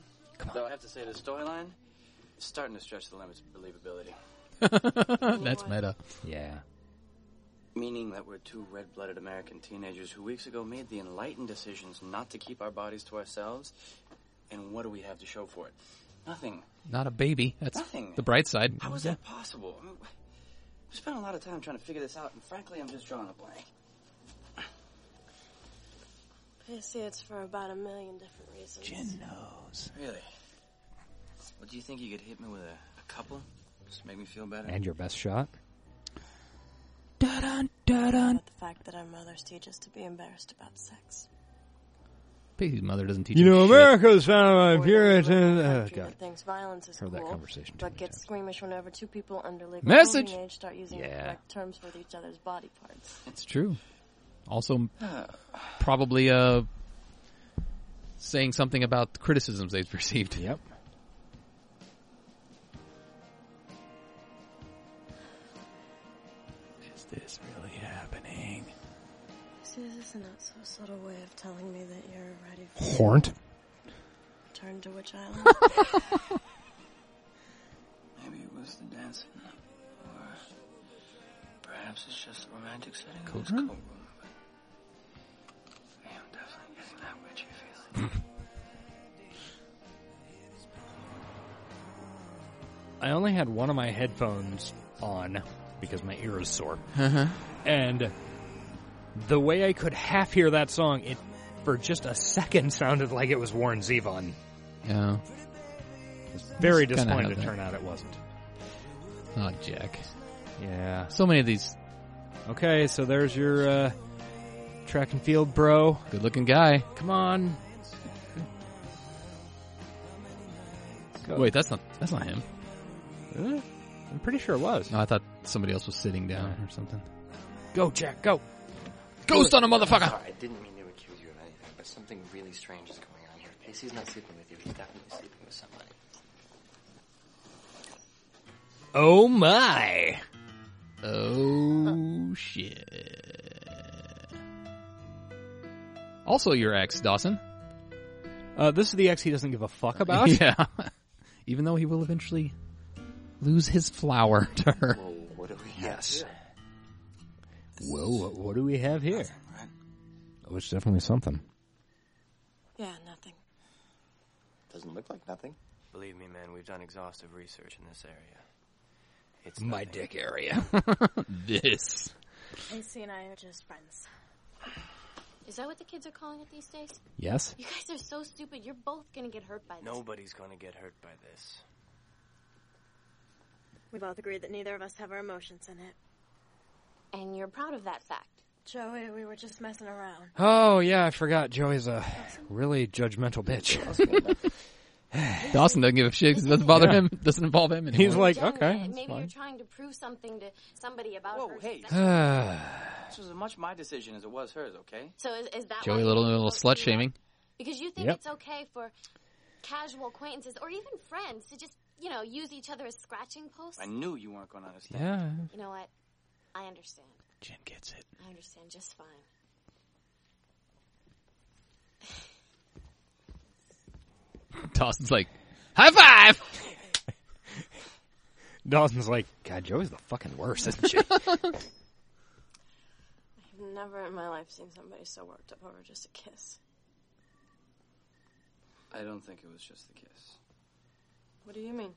Though I have to say, the storyline is starting to stretch the limits of believability. That's meta. Yeah. Meaning that we're two red blooded American teenagers who weeks ago made the enlightened decisions not to keep our bodies to ourselves. And what do we have to show for it? Nothing. Not a baby. That's Nothing. the bright side. How is that possible? I mean, we we spent a lot of time trying to figure this out, and frankly, I'm just drawing a blank. Pacey, it's for about a million different reasons. Jen knows. Really? Well, do you think you could hit me with a, a couple? Just make me feel better? And your best shot. About the fact that our mothers teach us to be embarrassed about sex. Pacey's mother doesn't teach You him know, shit. America's founded by Puritans. Uh, Oh, God. that thinks violence is Heard cool, that conversation but gets squeamish whenever two people under legal Message! voting age start using Yeah. incorrect terms for each other's body parts. It's true. Also, probably uh, saying something about the criticisms they've received. Yep. Is this really happening? See, is this a not so subtle way of telling me that you're ready for Horned. Turn to which island? Maybe it was the dancing. Or perhaps it's just the romantic setting of this Courtroom? courtroom. But I am definitely getting that witchy feeling. I only had one of my headphones on because my ear is sore. Uh-huh. And the way I could half hear that song, it for just a second sounded like it was Warren Zevon. Yeah. Very It's kinda disappointed how to that- turn out it wasn't. Oh, Jack. Yeah. So many of these. Okay, so there's your uh, track and field bro. Good looking guy. Come on. Go. Wait, that's not that's not him. Really? Uh, I'm pretty sure it was. No, I thought somebody else was sitting down or something. Go, Jack, go. Ghost on a motherfucker. Sorry, I didn't mean to accuse you of anything, but something really strange is going on here. Pacey's not sleeping with you. He's definitely sleeping with somebody. Oh my. Oh shit. Also, your ex, Dawson. Uh, this is the ex he doesn't give a fuck about. Yeah. Even though he will eventually lose his flower to her. What do we have Yes. here? Whoa, what, what do we have here? Oh, it's definitely something. Yeah, nothing. Doesn't look like nothing. Believe me, man, we've done exhaustive research in this area. It's My nothing. dick area. this. AC and I are just friends. Is that what the kids are calling it these days? Yes. You guys are so stupid. You're both gonna get hurt by this. Nobody's gonna get hurt by this. We both agreed that neither of us have our emotions in it. And you're proud of that fact. Joey, we were just messing around. Oh yeah, I forgot. Joey's a really judgmental bitch. Dawson doesn't give a shit 'cause it doesn't bother Yeah. him. It doesn't involve him anymore. He's like, Jonah, okay, Maybe that's you're fine. trying to prove something to somebody about Whoa, her. hey. this was as much my decision as it was hers, okay? So is, is that why Joey, you little were little supposed to slut do shaming. that? Because you think Yep. it's okay for casual acquaintances or even friends to just you know use each other as scratching posts. I knew you weren't gonna understand. Yeah. You know what? I understand. Jen gets it. I understand just fine. Dawson's like, high five. Dawson's like, God, Joey's the fucking worst, isn't she? I've never in my life seen somebody so worked up over just a kiss. I don't think it was just the kiss. What do you mean?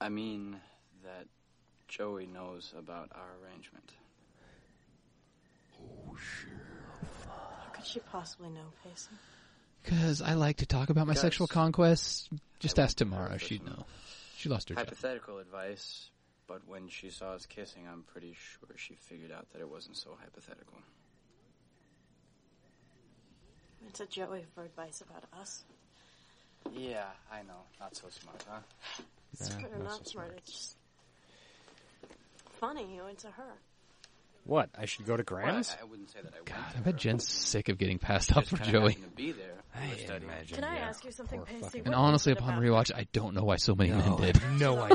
I mean that Joey knows about our arrangement. How could she possibly know, Pacey? Because I like to talk about my Guys. sexual conquests. Just ask Tamara; she'd know. She lost her job. Hypothetical advice, but when she saw us kissing, I'm pretty sure she figured out that it wasn't so hypothetical. It's a Joey for advice about us. Yeah, I know. Not so smart, huh? Smart or not smart, it's just funny. You know, it's a her. what? I should go to Graham's. Well, I, I wouldn't say that I would. God, I bet Jen's sick of getting passed up for Joey. To be there, I imagine. Can I ask you something, Pacey? And honestly, upon rewatch, I don't know why so many men did. No I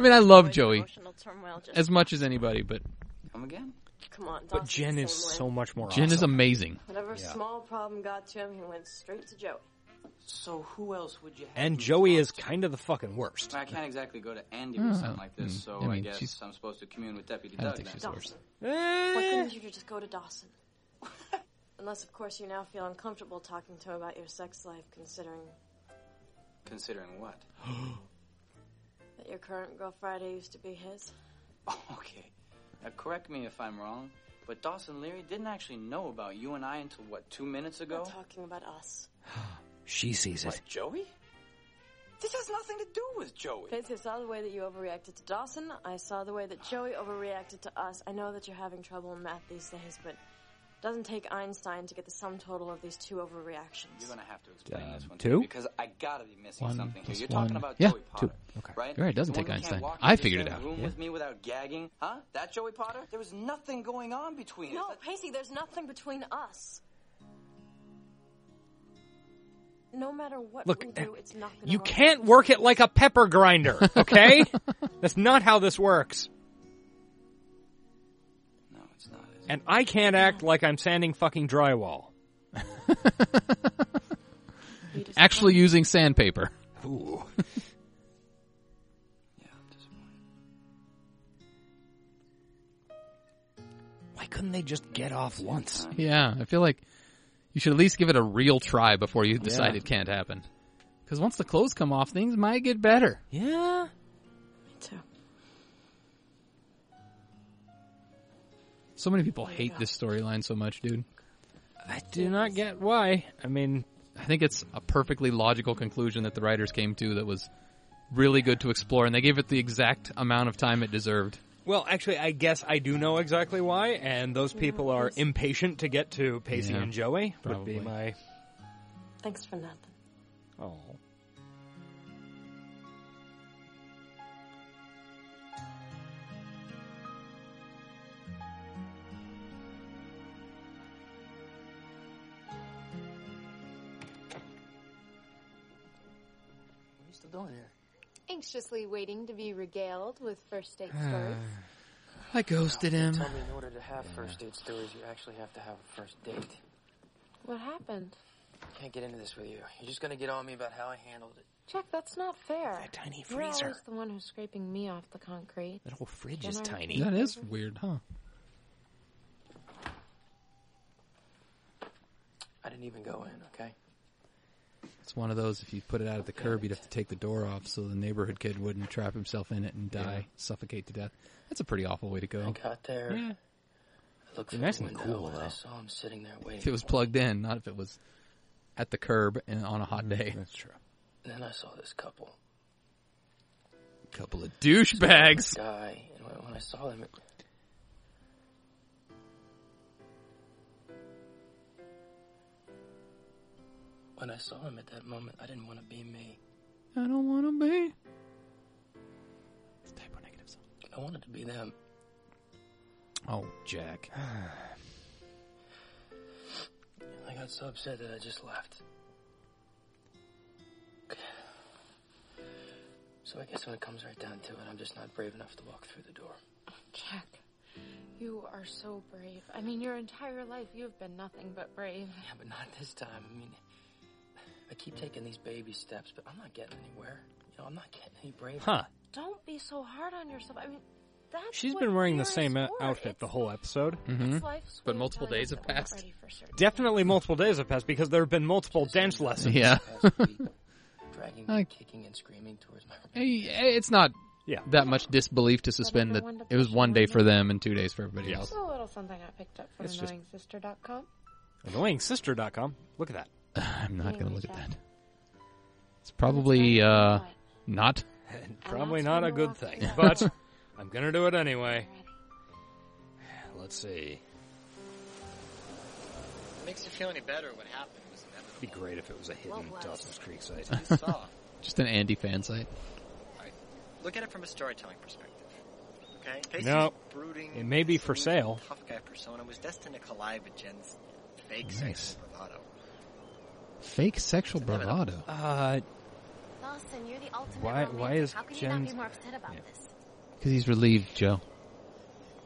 mean, I love Joey as much as anybody, but Come again? Come on, But Dawson's Jen the is same way. so much more. Jen is awesome. amazing. Whatever Yeah. small problem got to him, he went straight to Joey. So who else would you have? And Joey is kind of the fucking worst. I can't exactly go to Andy Oh, Hmm. with something like this, mm, so I I, mean, guess she's- I'm supposed to commune with Deputy I don't Doug think then. she's the Dawson. Why couldn't you just go to Dawson? Unless, of course, you now feel uncomfortable talking to him about your sex life, considering Considering what? that your current girl Friday used to be his. okay. Now correct me if I'm wrong, but Dawson Leary didn't actually know about you and I until what, two minutes ago? We're talking about us. She sees What, it. Joey? This has nothing to do with Joey. Pacey, I saw the way that you overreacted to Dawson. I saw the way that Joey overreacted to us. I know that you're having trouble in math these days, but it doesn't take Einstein to get the sum total of these two overreactions. You're gonna have to explain Uh, this one two? too, because I gotta be missing One something here. plus You're one. talking about Yeah, Joey Potter, two. Okay. right? You're right, it doesn't The take one who can't Einstein. walk I into the figured it same out. Room Yeah. with me without gagging, huh? That Joey Potter? There was nothing going on between No, us. Pacey, there's nothing between us. No matter what Look, eh, we do, it's not gonna You work. can't work it like a pepper grinder, okay? That's not how this works. No, it's not. And I can't act like I'm sanding fucking drywall. Actually, using sandpaper. Ooh. Why couldn't they just get off once? Yeah, I feel like you should at least give it a real try before you decide Yeah. it can't happen. Because once the clothes come off, things might get better. Yeah. Me too. So many people hate this storyline so much, dude. I do not get why. I mean, I think it's a perfectly logical conclusion that the writers came to that was really good to explore, and they gave it the exact amount of time it deserved. well, actually, I guess I do know exactly why, and those people are impatient to get to Pacey Yeah, and Joey. probably. Would be my. Thanks for nothing. Oh. What are you still doing here? Anxiously waiting to be regaled with first date I ghosted him. Tell me, in order to have first date stories, you actually have to have a first date. what happened. Can't get into this with you. You're just gonna get on me about how I handled it. Jack, that's not fair. That tiny You're freezer. always the one who's scraping me off the concrete. That whole fridge is tiny. That is weird, huh? I didn't even go in, okay? It's one of those. If you put it out at the curb, you'd have to take the door off so the neighborhood kid wouldn't trap himself in it and die, suffocate to death. That's a pretty awful way to go. Got there. Yeah. I It'd looked be from nice the and window cool, and I though. saw him sitting there waiting. If it was for plugged in, not if it was at the curb and on a hot day. Mm, That's true. me. Then I saw this couple. Couple of This douchebags. Guy, and when, when I saw them, it, when I saw him at that moment, I didn't want to be me. I don't want to be. I wanted to be them. Oh, Jack. I got so upset that I just left. So I guess when it comes right down to it, I'm just not brave enough to walk through the door. Jack, you are so brave. I mean, your entire life you have been nothing but brave. Yeah, but not this time. I mean, I keep taking these baby steps, but I'm not getting anywhere. You know, I'm not getting any braver. Huh. Don't be so hard on yourself. I mean, that's She's what been wearing the parents same want. o- outfit the whole episode. Mm-hmm. It's life's way of telling us that we're not ready for certain Definitely multiple days have passed because there have been multiple dance lessons. Yeah. Dragging me, kicking and screaming towards my Hey, hey, it's not yeah. that much disbelief to suspend that it was one day for them and two days for everybody Just else. a little something I picked up from It's just- AnnoyingSister.com. AnnoyingSister.com. Look at that. I'm not going to look at that. It's probably uh, not. Probably not a good thing, but I'm going to do it anyway. Let's see. Makes you feel any better what happened was inevitable. It'd be great if it was a hidden Dawson's Creek site. Just an Andy fan site. Look at it from a storytelling perspective. Okay? Pacey's No. brooding, It may be for sale. tough guy persona was destined to collide with Jen's fake Nice. sexual bravado. Fake sexual bravado. Uh, Dawson, you're the ultimate Why- romantic. why is How can you not Jen's- be more upset about this? Because he's relieved, Joe.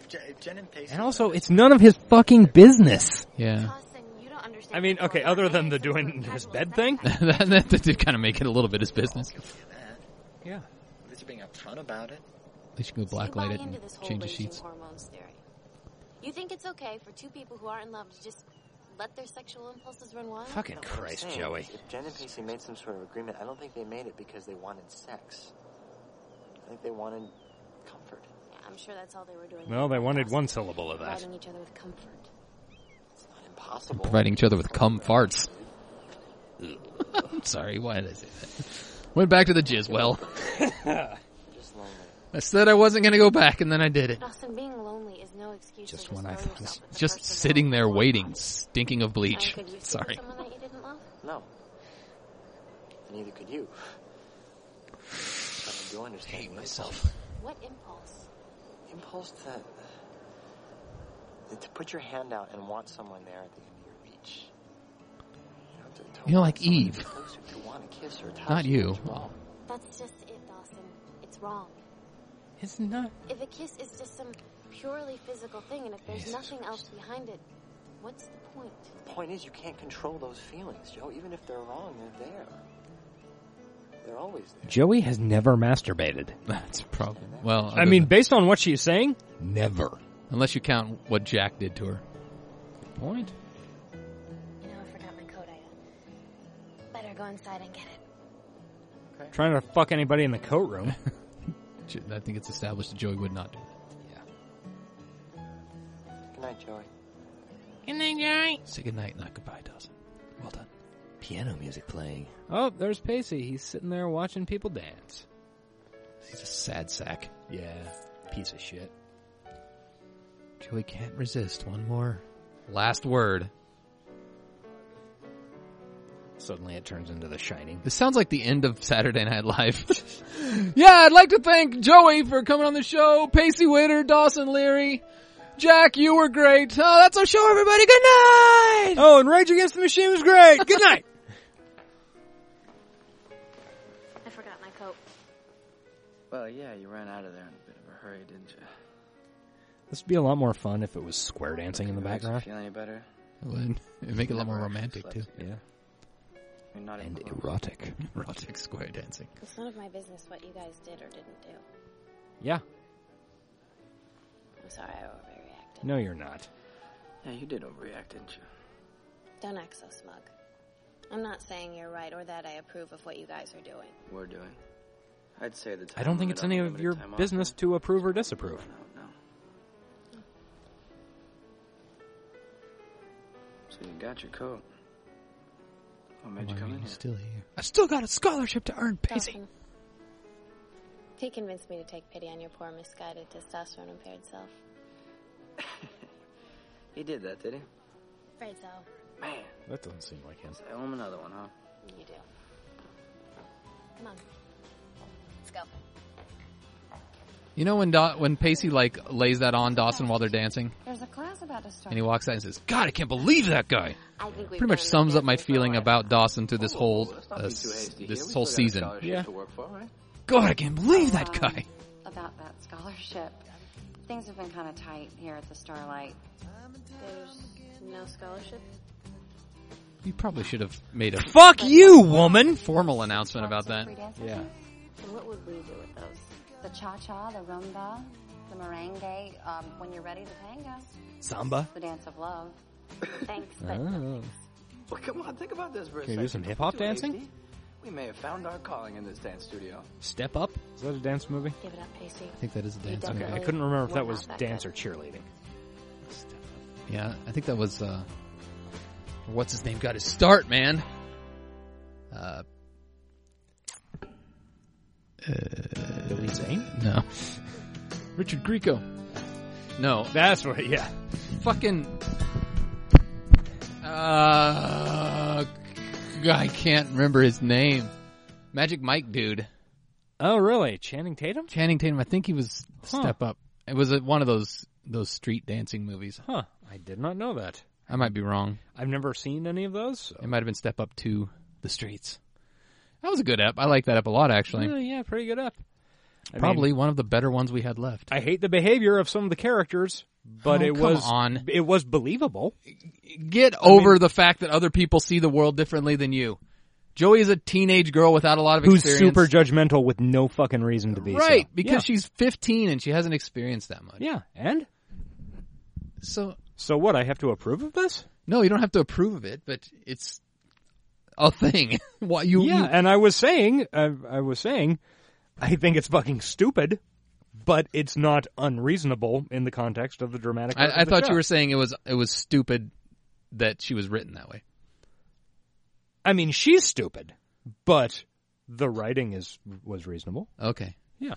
Jen, Jen and Pacey And also, it's none of his fucking business. Yeah. I mean, okay, other than the doing his bed thing. that, that, that did kind of make it a little bit his business. Yeah. At least you're being upfront about it. They should go blacklight it and into this whole change the raging sheets. hormones theory. You think it's okay for two people who are in love to just let their sexual impulses run wild? Fucking Christ, Saying, Joey. If Jen and Pacey made some sort of agreement, I don't think they made it because they wanted sex. I think they wanted comfort. Yeah, I'm sure that's all they were doing. No, they wanted one syllable of that. Providing each other with comfort. Impossible. Providing each other with cum farts. I'm sorry, why did I say that? Went back to the jizz well. Just lonely. I said I wasn't going to go back, and then I did it. Dawson, being lonely is no excuse Just to when just I throw thought yourself at the Just person who sitting there wants to waiting, stinking of love. bleach. And could you sleep with Sorry. someone that you didn't love? No. And neither could you. But I do understand what myself. What impulse? Impulse to to put your hand out and want someone there at the end of your reach. You know, to- to You know, want like someone Eve. to be closer, to want to kiss or touch Not them, you. it's wrong. That's just it, Dawson. It's wrong. It's not. If a kiss is just some purely physical thing, and if there's nothing else behind it, what's the point? The point is, you can't control those feelings, Joe. Even if they're wrong, they're there. They're always there. Joey has never masturbated. That's a problem. Well, I mean, based on what she's saying, never. Unless you count what Jack did to her. Point. You know, I forgot my coat. I better go inside and get it. Trying to fuck anybody in the coat room. J- I think it's established that Joey would not do that. Good night, Joey. Good night, Joey. Say goodnight, not goodbye, Dawson. Well done. Piano music playing. Oh, there's Pacey. He's sitting there watching people dance. He's a sad sack. Yeah, piece of shit. Joey can't resist one more. Last word. Suddenly it turns into The Shining. This sounds like the end of Saturday Night Live. yeah, I'd like to thank Joey for coming on the show, Pacey Witter, Dawson Leary. Jack, you were great. Oh, that's our show, everybody. Good night! Oh, and Rage Against the Machine was great. Good night! I forgot my coat. Well, yeah, you ran out of there in a bit of a hurry, didn't you? This would be a lot more fun if it was square dancing in the background. Feel any better? It would It'd make it a lot more romantic too. Yeah. You're not And erotic. Erotic square dancing. It's none of my business what you guys did or didn't do. Yeah. I'm sorry I overreacted. No, you're not. Yeah, you did overreact, didn't you? Don't act so smug. I'm not saying you're right or that I approve of what you guys are doing. We're doing. I'd say the time I don't think limit it's on any of limited your time off business to approve or disapprove. So you got your coat. What made Oh, Why you are come in you here? still here? I still got a scholarship to earn, Pacey. Dawson, He convinced me to take pity on your poor, misguided, testosterone impaired self. He did that, did he? Afraid so. Man. That doesn't seem like him. I owe him another one, huh? You do. Come on. Let's go. You know when da- when Pacey like lays that on Dawson while they're dancing, There's a class about to start. and he walks out and says, "God, I can't believe that guy." I think Pretty much sums up my feeling about Dawson through this whole uh, s- this whole season. Yeah. To work for, right? God, I can't believe that Um, guy. About that scholarship. Things have been kind of tight here at the Starlight. There's no scholarship? You probably should have made a Fuck you, woman! formal announcement about that. Free dances Yeah. and And what would we do with those? The cha-cha, the rumba, the merengue, um, when you're ready, the tango. Samba? The dance of love. Thanks, Oh. Well, come on, think about this for a Can you second. do some hip-hop Too hasty. dancing? We may have found our calling in this dance studio. Step Up? Is that a dance movie? Give it up, Pacey. I think that is a dance Okay, movie. I couldn't remember if We're that not was that dance or cheerleading. Yeah, I think that was uh what's his name got his start, man. Uh, Billy Zane? No. Richard Grieco. No. That's what, yeah. Fucking uh I can't remember his name. Magic Mike dude. Oh, really? Channing Tatum? Channing Tatum, I think he was Huh. Step Up. It was uh, one of those those street dancing movies. Huh. I did not know that. I might be wrong. I've never seen any of those. so- It might have been Step Up to the Streets. That was a good app. I like that app a lot actually. Oh, yeah, pretty good up. I mean, Probably one of the better ones we had left. I hate the behavior of some of the characters, but Oh, it come was on. it was believable. Get over the fact that other people see the world differently than you. Joey is a teenage girl without a lot of Who's experience. super judgmental with no fucking reason to be. so- right because she's 15 and she hasn't experienced that much. yeah. yeah, and So so what? I have to approve of this? no, you don't have to approve of it, but it's a thing. Why you? yeah, you- and I was saying, I, I was saying, I think it's fucking stupid, but it's not unreasonable in the context of the dramatic. arc I, I of the thought show. you were saying it was it was stupid that she was written that way. I mean, she's stupid, but the writing is was reasonable. Okay. Yeah.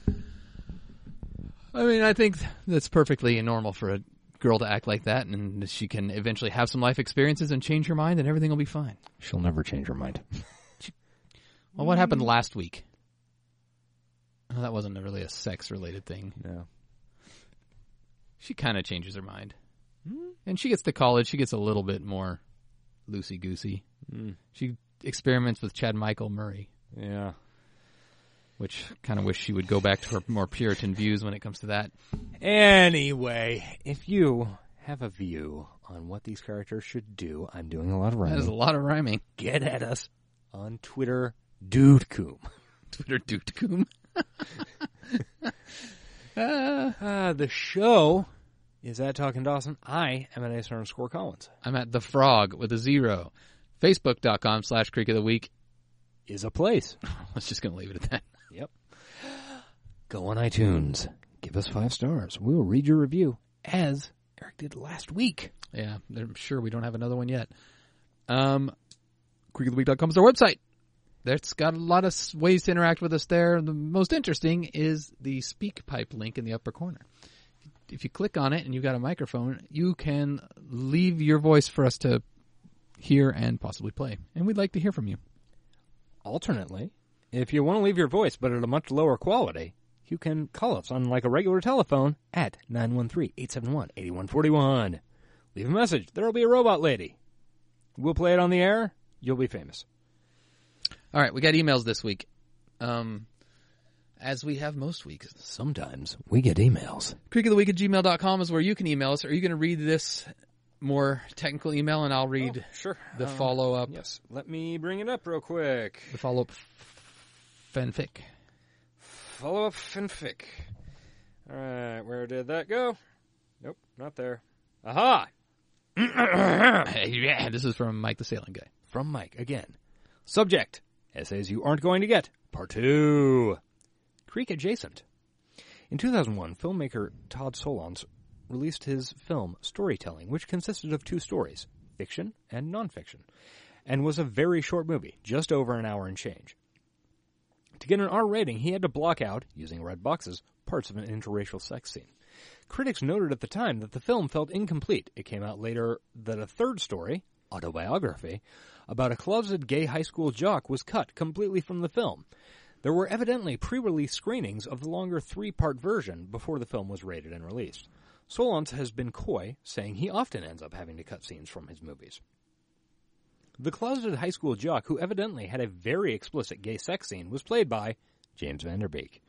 I mean, I think that's perfectly normal for a girl to act like that, and she can eventually have some life experiences and change her mind, and everything will be fine. She'll never change her mind. Well, what happened last week? Oh, that wasn't really a sex-related thing. No. She kind of changes her mind, and she gets to college. She gets a little bit more loosey-goosey. She experiments with Chad Michael Murray, Yeah. which kind of wish she would go back to her more Puritan views when it comes to that. Anyway, if you have a view on what these characters should do, I'm doing a lot of That is writing. a lot of rhyming. Get at us on Twitter, dudecoom. Twitter duped coom. Uh, the show is at Talking Dawson. I am at Ace underscore Collins. I'm at the frog with a zero. Facebook.com slash creek of the week. Is a place. I was just going to leave it at that. Yep. Go on iTunes. Give us five stars. We'll read your review as Eric did last week. Yeah, I'm sure we don't have another one yet. Um, creekoftheweek.com is our website. That's got a lot of s- ways to interact with us there. The most interesting is the speak pipe link in the upper corner. If you click on it and you've got a microphone, you can leave your voice for us to hear and possibly play. And we'd like to hear from you. Alternately, if you want to leave your voice but at a much lower quality, you can call us on like a regular telephone at 913-871-8141. Leave a message. There'll be a robot lady. We'll play it on the air. You'll be famous. All right, we got emails this week. Um, as we have most weeks. Sometimes we get emails. Creek of the Week at gmail.com is where you can email us. Are you going to read this more technical email, and I'll read sure. the Um, follow up. Yes. Let me bring it up real quick. The follow up fanfic. Follow up fanfic. All right, where did that go? Nope, not there. Aha! yeah, this is from Mike the Sailing Guy. From Mike again. Subject Essays You Aren't Going to Get, Part 2. Creek Adjacent. In 2001, filmmaker Todd Solondz released his film Storytelling, which consisted of two stories, fiction and nonfiction, and was a very short movie, just over an hour and change. To get an R rating, he had to block out, using red boxes, parts of an interracial sex scene. Critics noted at the time that the film felt incomplete. It came out later that a third story, autobiography, about a closeted gay high school jock was cut completely from the film. There were evidently pre-release screenings of the longer three-part version before the film was rated and released. Solons has been coy, saying he often ends up having to cut scenes from his movies. The closeted high school jock who evidently had a very explicit gay sex scene was played by James Vanderbeek.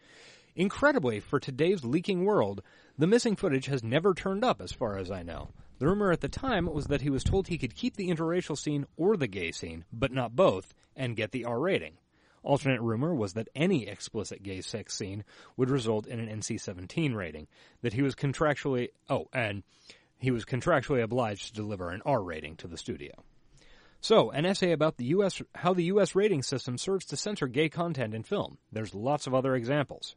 Incredibly, for today's leaking world, the missing footage has never turned up as far as I know. The rumor at the time was that he was told he could keep the interracial scene or the gay scene, but not both, and get the R rating. Alternate rumor was that any explicit gay sex scene would result in an NC-17 rating, that he was contractually, oh, and he was contractually obliged to deliver an R rating to the studio. So, an essay about the US how the US rating system serves to censor gay content in film. There's lots of other examples.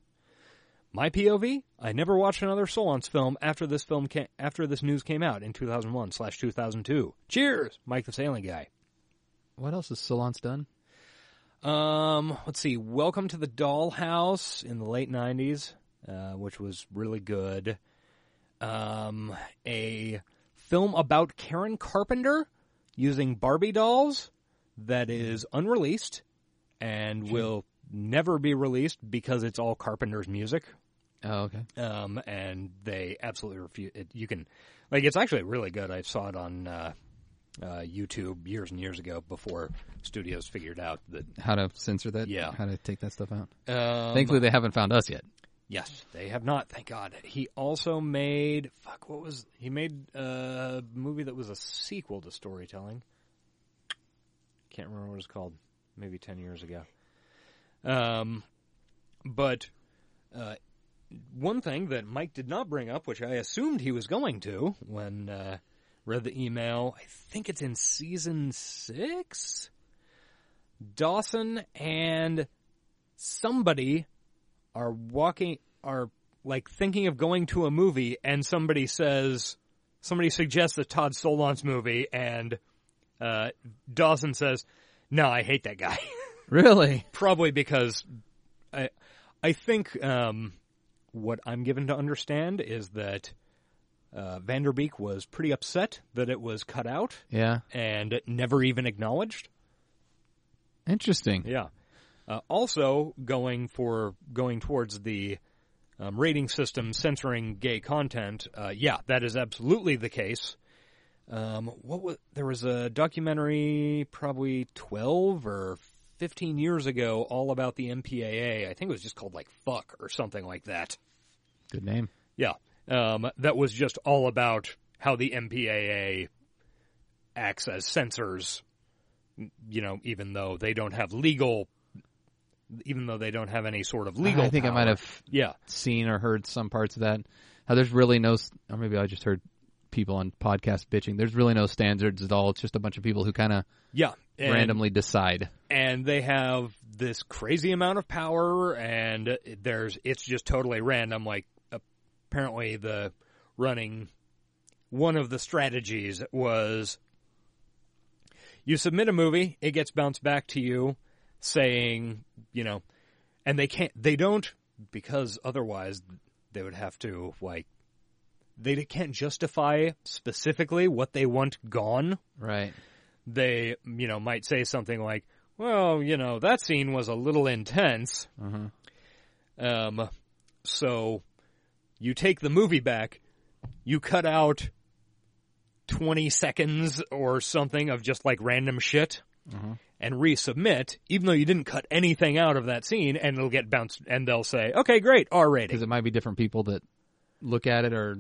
My POV: I never watched another Solon's film after this film ca- after this news came out in 2001 slash 2002. Cheers, Mike the Sailing Guy. What else is Solon's done? Um, let's see. Welcome to the Dollhouse in the late '90s, uh, which was really good. Um, a film about Karen Carpenter using Barbie dolls that is unreleased and will never be released because it's all Carpenter's music. Oh, okay. Um, and they absolutely refuse. It, you can, like, it's actually really good. I saw it on uh, uh, YouTube years and years ago before studios figured out that How to censor that? Yeah. How to take that stuff out? Um, Thankfully, they haven't found us yet. Yes, they have not. Thank God. He also made fuck. What was he made uh, a movie that was a sequel to Storytelling? Can't remember what it's called. Maybe ten years ago. Um, but uh, one thing that Mike did not bring up, which I assumed he was going to when uh, read the email, I think it's in season six. Dawson and somebody are walking are like thinking of going to a movie and somebody says somebody suggests a Todd Solondz movie and uh, Dawson says, "No, I hate that guy." Really? Probably because I I think um, what I'm given to understand is that uh, Vanderbeek was pretty upset that it was cut out Yeah. and never even acknowledged. Interesting. Yeah. Uh, also, going for going towards the um, rating system censoring gay content. Uh, yeah, that is absolutely the case. Um, what was there was a documentary probably twelve or fifteen years ago all about the MPAA. I think it was just called like "fuck" or something like that. Good name. Yeah, um, that was just all about how the MPAA acts as censors. You know, even though they don't have legal, even though they don't have any sort of legal. I think I might power. have Yeah. seen or heard some parts of that. How there's really no, s- or maybe I just heard people on podcasts bitching. There's really no standards at all. It's just a bunch of people who kind of Yeah, and- randomly decide. and they have this crazy amount of power and there's it's just totally random like apparently the running one of the strategies was you submit a movie it gets bounced back to you saying you know and they can't they don't because otherwise they would have to like they can't justify specifically what they want gone Right. they, you know, might say something like, well, you know, that scene was a little intense. Um, so you take the movie back, you cut out 20 seconds or something of just like random shit and resubmit, even though you didn't cut anything out of that scene and it'll get bounced and they'll say, okay, great, R rating. Because it might be different people that look at it or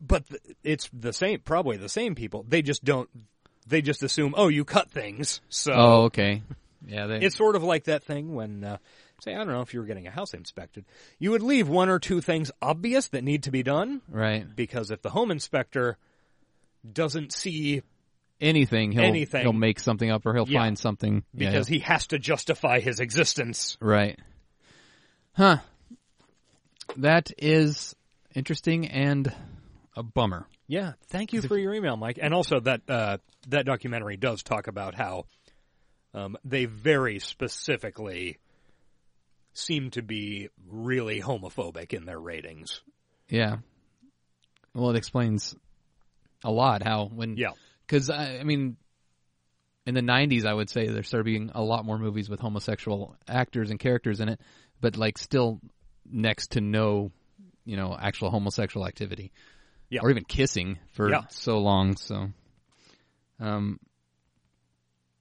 but th- it's the same probably the same people they just don't they just assume oh you cut things so Oh, okay. Yeah, they it's sort of like that thing when uh, say i don't know if you were getting a house inspected you would leave one or two things obvious that need to be done right. because if the home inspector doesn't see Anything he'll Anything. he'll make something up or he'll Yeah. find something Yeah, because yeah. he has to justify his existence Right. Huh. That is interesting and a bummer. Yeah, thank you for your email, Mike. And also that uh, that documentary does talk about how um, they very specifically seem to be really homophobic in their ratings. Yeah. Well, it explains a lot how when Yeah. because I, I mean in the 90s I would say there started being a lot more movies with homosexual actors and characters in it, but like still next to no you know actual homosexual activity Yeah. or even kissing for Yeah. so long. So um.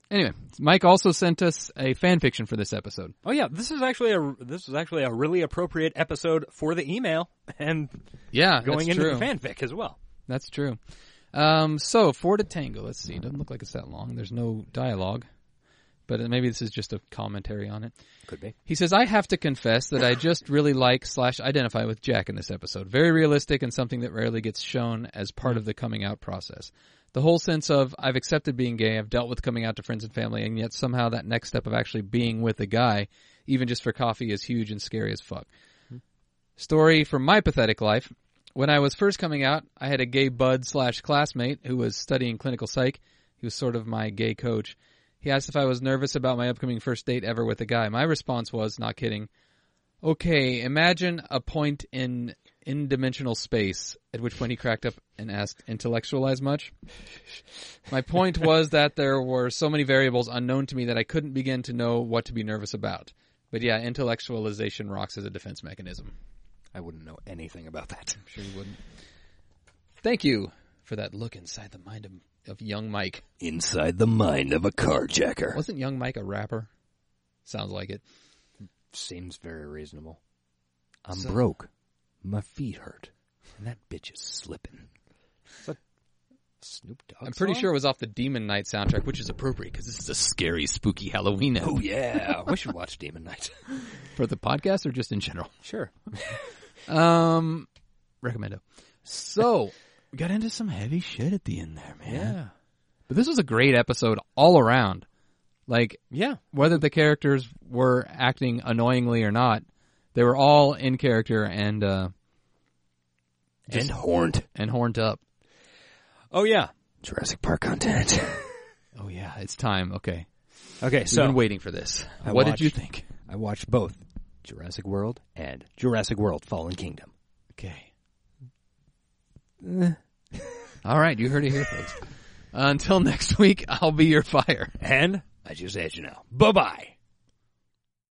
Anyway, Mike also sent us a fan fiction for this episode. Oh yeah, this is actually a this is actually a really appropriate episode for the email and Yeah, going that's into true. the fanfic as well. That's true. Um, so four to tango. Let's see. Doesn't look like it's that long. There's no dialogue, but maybe this is just a commentary on it. Could be. He says, "I have to confess that I just really like slash identify with Jack in this episode. Very realistic and something that rarely gets shown as part of the coming out process. The whole sense of I've accepted being gay, I've dealt with coming out to friends and family, and yet somehow that next step of actually being with a guy, even just for coffee, is huge and scary as fuck." Hmm. Story from my pathetic life. When I was first coming out, I had a gay bud slash classmate who was studying clinical psych. He was sort of my gay coach. He asked if I was nervous about my upcoming first date ever with a guy. My response was, not kidding. Okay, imagine a point in in dimensional space, at which point he cracked up and asked, intellectualize much? My point was that there were so many variables unknown to me that I couldn't begin to know what to be nervous about. But yeah, intellectualization rocks as a defense mechanism. I wouldn't know anything about that. I'm sure you wouldn't. Thank you for that look inside the mind of, of young Mike. Inside the mind of a carjacker. Wasn't young Mike a rapper? Sounds like it. Seems very reasonable. I'm broke. My feet hurt. And that bitch is slipping. Snoop Dogg. I'm pretty sure it was off the Demon Night soundtrack, which is appropriate because this is a scary, spooky Halloween. Oh yeah, we should watch Demon Knight. for the podcast or just in general. Sure. Um, recommendo. So we got into some heavy shit at the end there, man. Yeah. But this was a great episode all around. Like, yeah, whether the characters were acting annoyingly or not, they were all in character and uh, And horned. and horned up. Oh yeah. Jurassic Park content. oh yeah, it's time. Okay. Okay, We've so been waiting for this. I what did you watched- think? I watched both Jurassic World and Jurassic World Fallen Kingdom. Okay. Eh. All right, you heard it here, folks. Until next week, I'll be your fire. And I just had you know. Bye bye.